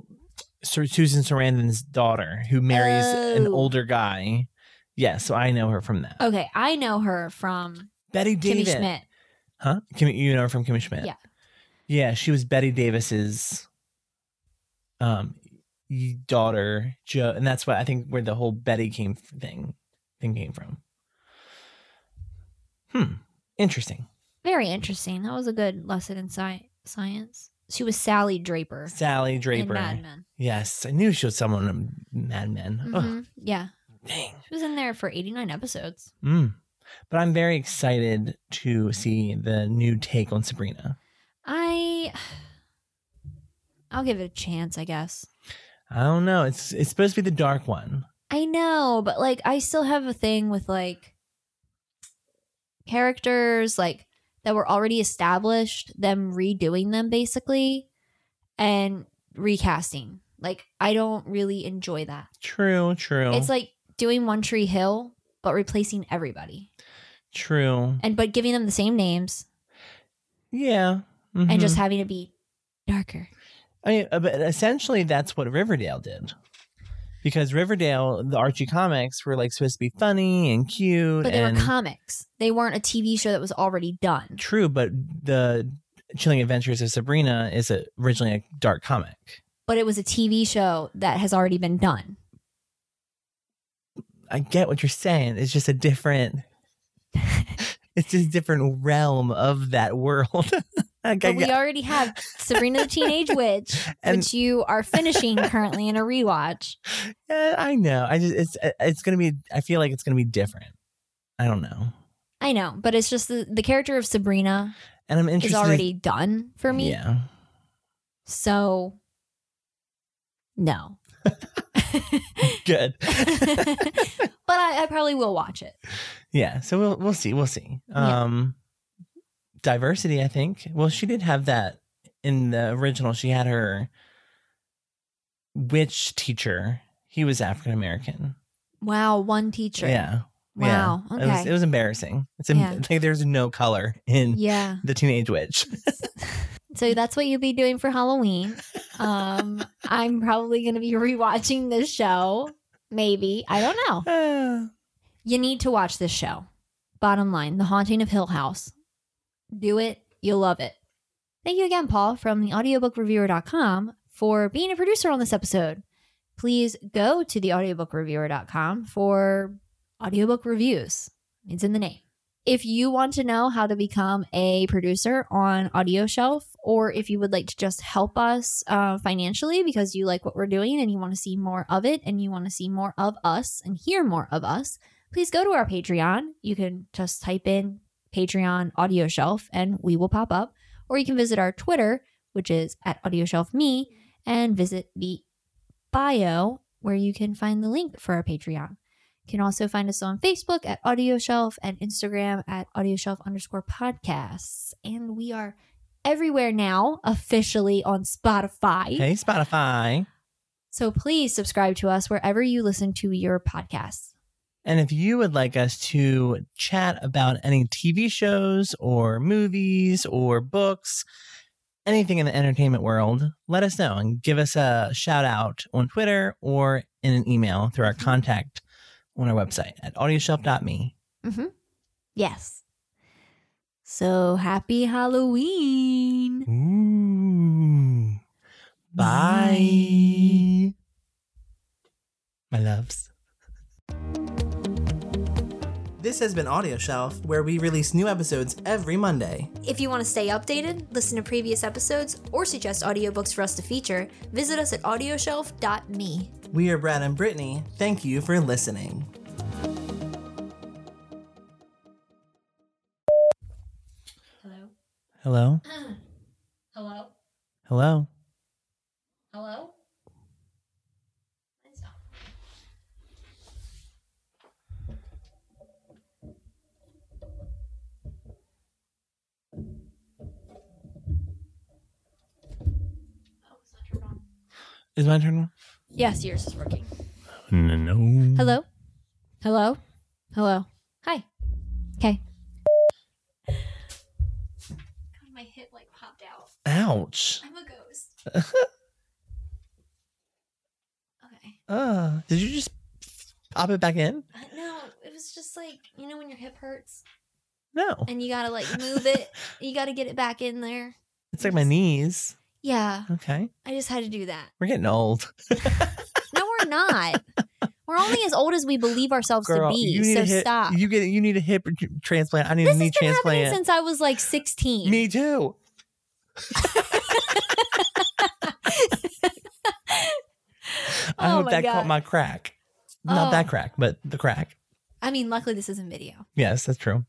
[SPEAKER 3] Sir Susan Sarandon's daughter who marries an
[SPEAKER 2] Oh.
[SPEAKER 3] older guy. Yeah, so I know her from that.
[SPEAKER 2] Okay, I know her from
[SPEAKER 3] Betty Davis.
[SPEAKER 2] Kimmy Schmidt.
[SPEAKER 3] Huh? Kimmy, you know her from Kimmy Schmidt.
[SPEAKER 2] Yeah.
[SPEAKER 3] Yeah, she was Betty Davis's um y- daughter, Joe, and that's what I think where the whole Betty came f- thing thing came from. Hmm. Interesting.
[SPEAKER 2] Very interesting. That was a good lesson in sci- science. She was Sally Draper,
[SPEAKER 3] Sally
[SPEAKER 2] in
[SPEAKER 3] Draper. eh?
[SPEAKER 2] Mad Men.
[SPEAKER 3] Yes, I knew she was someone in Mad Men. Ugh,
[SPEAKER 2] Mhm, Yeah,
[SPEAKER 3] dang.
[SPEAKER 2] she was in there for eighty nine episodes.
[SPEAKER 3] Mm. But I'm very excited to see the new take on Sabrina.
[SPEAKER 2] I, I'll give it a chance, I guess.
[SPEAKER 3] I don't know. It's it's supposed to be the dark one.
[SPEAKER 2] I know, but like I still have a thing with like characters like that were already established, them redoing them basically and recasting. Like I don't really enjoy that.
[SPEAKER 3] True, true.
[SPEAKER 2] It's like doing One Tree Hill but replacing everybody
[SPEAKER 3] true.
[SPEAKER 2] and but giving them the same names
[SPEAKER 3] Yeah.
[SPEAKER 2] and just
[SPEAKER 3] mhm.
[SPEAKER 2] having to be darker.
[SPEAKER 3] I mean, uh, but essentially that's what Riverdale did. Because Riverdale, the Archie comics were like supposed to be funny and cute
[SPEAKER 2] But they
[SPEAKER 3] and
[SPEAKER 2] were comics. They weren't a TV show that was already done.
[SPEAKER 3] true, but the Chilling Adventures of Sabrina is a, originally a dark comic.
[SPEAKER 2] But it was a TV show that has already been done.
[SPEAKER 3] I get what you're saying. It's just a different it's just a different realm of that world. Like, I
[SPEAKER 2] But we
[SPEAKER 3] get-
[SPEAKER 2] already have Sabrina the Teenage Witch,
[SPEAKER 3] And-
[SPEAKER 2] which you are finishing currently in a rewatch.
[SPEAKER 3] yeah, I know. I just it's it's gonna be I feel like it's gonna be different. I don't know.
[SPEAKER 2] I know, but it's just the, the character of Sabrina
[SPEAKER 3] And I'm
[SPEAKER 2] is
[SPEAKER 3] interested
[SPEAKER 2] already done for me.
[SPEAKER 3] Yeah.
[SPEAKER 2] So, no.
[SPEAKER 3] Good.
[SPEAKER 2] but I, I probably will watch it.
[SPEAKER 3] Yeah, so we'll we'll see, we'll see.
[SPEAKER 2] Yeah.
[SPEAKER 3] Um diversity, I think. Well, she did have that in the original. She had her witch teacher. He was African American.
[SPEAKER 2] Wow, one teacher.
[SPEAKER 3] Yeah. yeah.
[SPEAKER 2] Wow.
[SPEAKER 3] It was,
[SPEAKER 2] Okay.
[SPEAKER 3] it was embarrassing. It's em-
[SPEAKER 2] Yeah.
[SPEAKER 3] like there's no color in
[SPEAKER 2] yeah.
[SPEAKER 3] the teenage witch.
[SPEAKER 2] So that's what you'll be doing for Halloween. Um, I'm probably going to be rewatching this show. Maybe. I don't know.
[SPEAKER 3] Ah.
[SPEAKER 2] You need to watch this show. Bottom line The Haunting of Hill House. Do it. You'll love it. Thank you again, Paul, from the audiobookreviewer.com for being a producer on this episode. Please go to the audiobookreviewer.com for audiobook reviews. It's in the name. If you want to know how to become a producer on Audio Shelf, or if you would like to just help us uh, financially because you like what we're doing and you want to see more of it and you want to see more of us and hear more of us, please go to our Patreon. You can just type in Patreon Audio Shelf and we will pop up. Or you can visit our Twitter, which is at Audio Shelf Me, and visit the bio where you can find the link for our Patreon. You can also find us on Facebook at Audio Shelf and Instagram at Audio Shelf underscore podcasts. And we are everywhere now, officially on Spotify.
[SPEAKER 3] Hey, Spotify.
[SPEAKER 2] So please subscribe to us wherever you listen to your podcasts.
[SPEAKER 3] And if you would like us to chat about any TV shows or movies or books, anything in the entertainment world, let us know and give us a shout out on Twitter or in an email through our contact on our website at audioshelf.me.
[SPEAKER 2] Yes. So happy Halloween.
[SPEAKER 3] Ooh. Bye. My loves.
[SPEAKER 1] This has been Audio Shelf, where we release new episodes every Monday.
[SPEAKER 2] If you want to stay updated, listen to previous episodes, or suggest audiobooks for us to feature, visit us at audioshelf.me.
[SPEAKER 1] We are Brad and Brittany. Thank you for listening.
[SPEAKER 2] Hello?
[SPEAKER 3] Hello?
[SPEAKER 2] Hello?
[SPEAKER 3] Hello?
[SPEAKER 2] Hello? Oh,
[SPEAKER 3] Is my turn on?
[SPEAKER 2] Yes, yours is working.
[SPEAKER 3] No, no.
[SPEAKER 2] Hello? Hello? Hello? Hi. Okay. God, my hip like popped out.
[SPEAKER 3] Ouch.
[SPEAKER 2] I'm a ghost. okay.
[SPEAKER 3] Uh, did you just pop it back in?
[SPEAKER 2] I- No, it was just like, you know, when your hip hurts
[SPEAKER 3] No.
[SPEAKER 2] and you gotta like move it, you gotta get it back in there.
[SPEAKER 3] It's like my knees.
[SPEAKER 2] Yeah,
[SPEAKER 3] Okay.
[SPEAKER 2] I just had to do that.
[SPEAKER 3] We're getting old.
[SPEAKER 2] No, we're not. we're only as old as we believe ourselves
[SPEAKER 3] Girl,
[SPEAKER 2] to
[SPEAKER 3] you
[SPEAKER 2] be.
[SPEAKER 3] need
[SPEAKER 2] So
[SPEAKER 3] a hip,
[SPEAKER 2] stop.
[SPEAKER 3] You get you need a hip transplant. I need
[SPEAKER 2] this
[SPEAKER 3] a
[SPEAKER 2] has
[SPEAKER 3] knee
[SPEAKER 2] been happening
[SPEAKER 3] transplant.
[SPEAKER 2] since I was like 16.
[SPEAKER 3] Me too. I
[SPEAKER 2] Oh
[SPEAKER 3] hope
[SPEAKER 2] my
[SPEAKER 3] that
[SPEAKER 2] God.
[SPEAKER 3] caught my crack. Not
[SPEAKER 2] Oh.
[SPEAKER 3] that crack, but the crack.
[SPEAKER 2] I mean, luckily this isn't video.
[SPEAKER 3] Yes, that's true.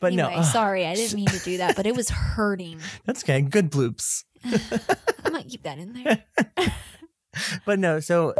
[SPEAKER 3] But
[SPEAKER 2] anyway,
[SPEAKER 3] no, ugh,
[SPEAKER 2] sorry, I didn't mean to do that, but it was hurting.
[SPEAKER 3] that's okay. Good bloops.
[SPEAKER 2] I might keep that in there.
[SPEAKER 3] But no, so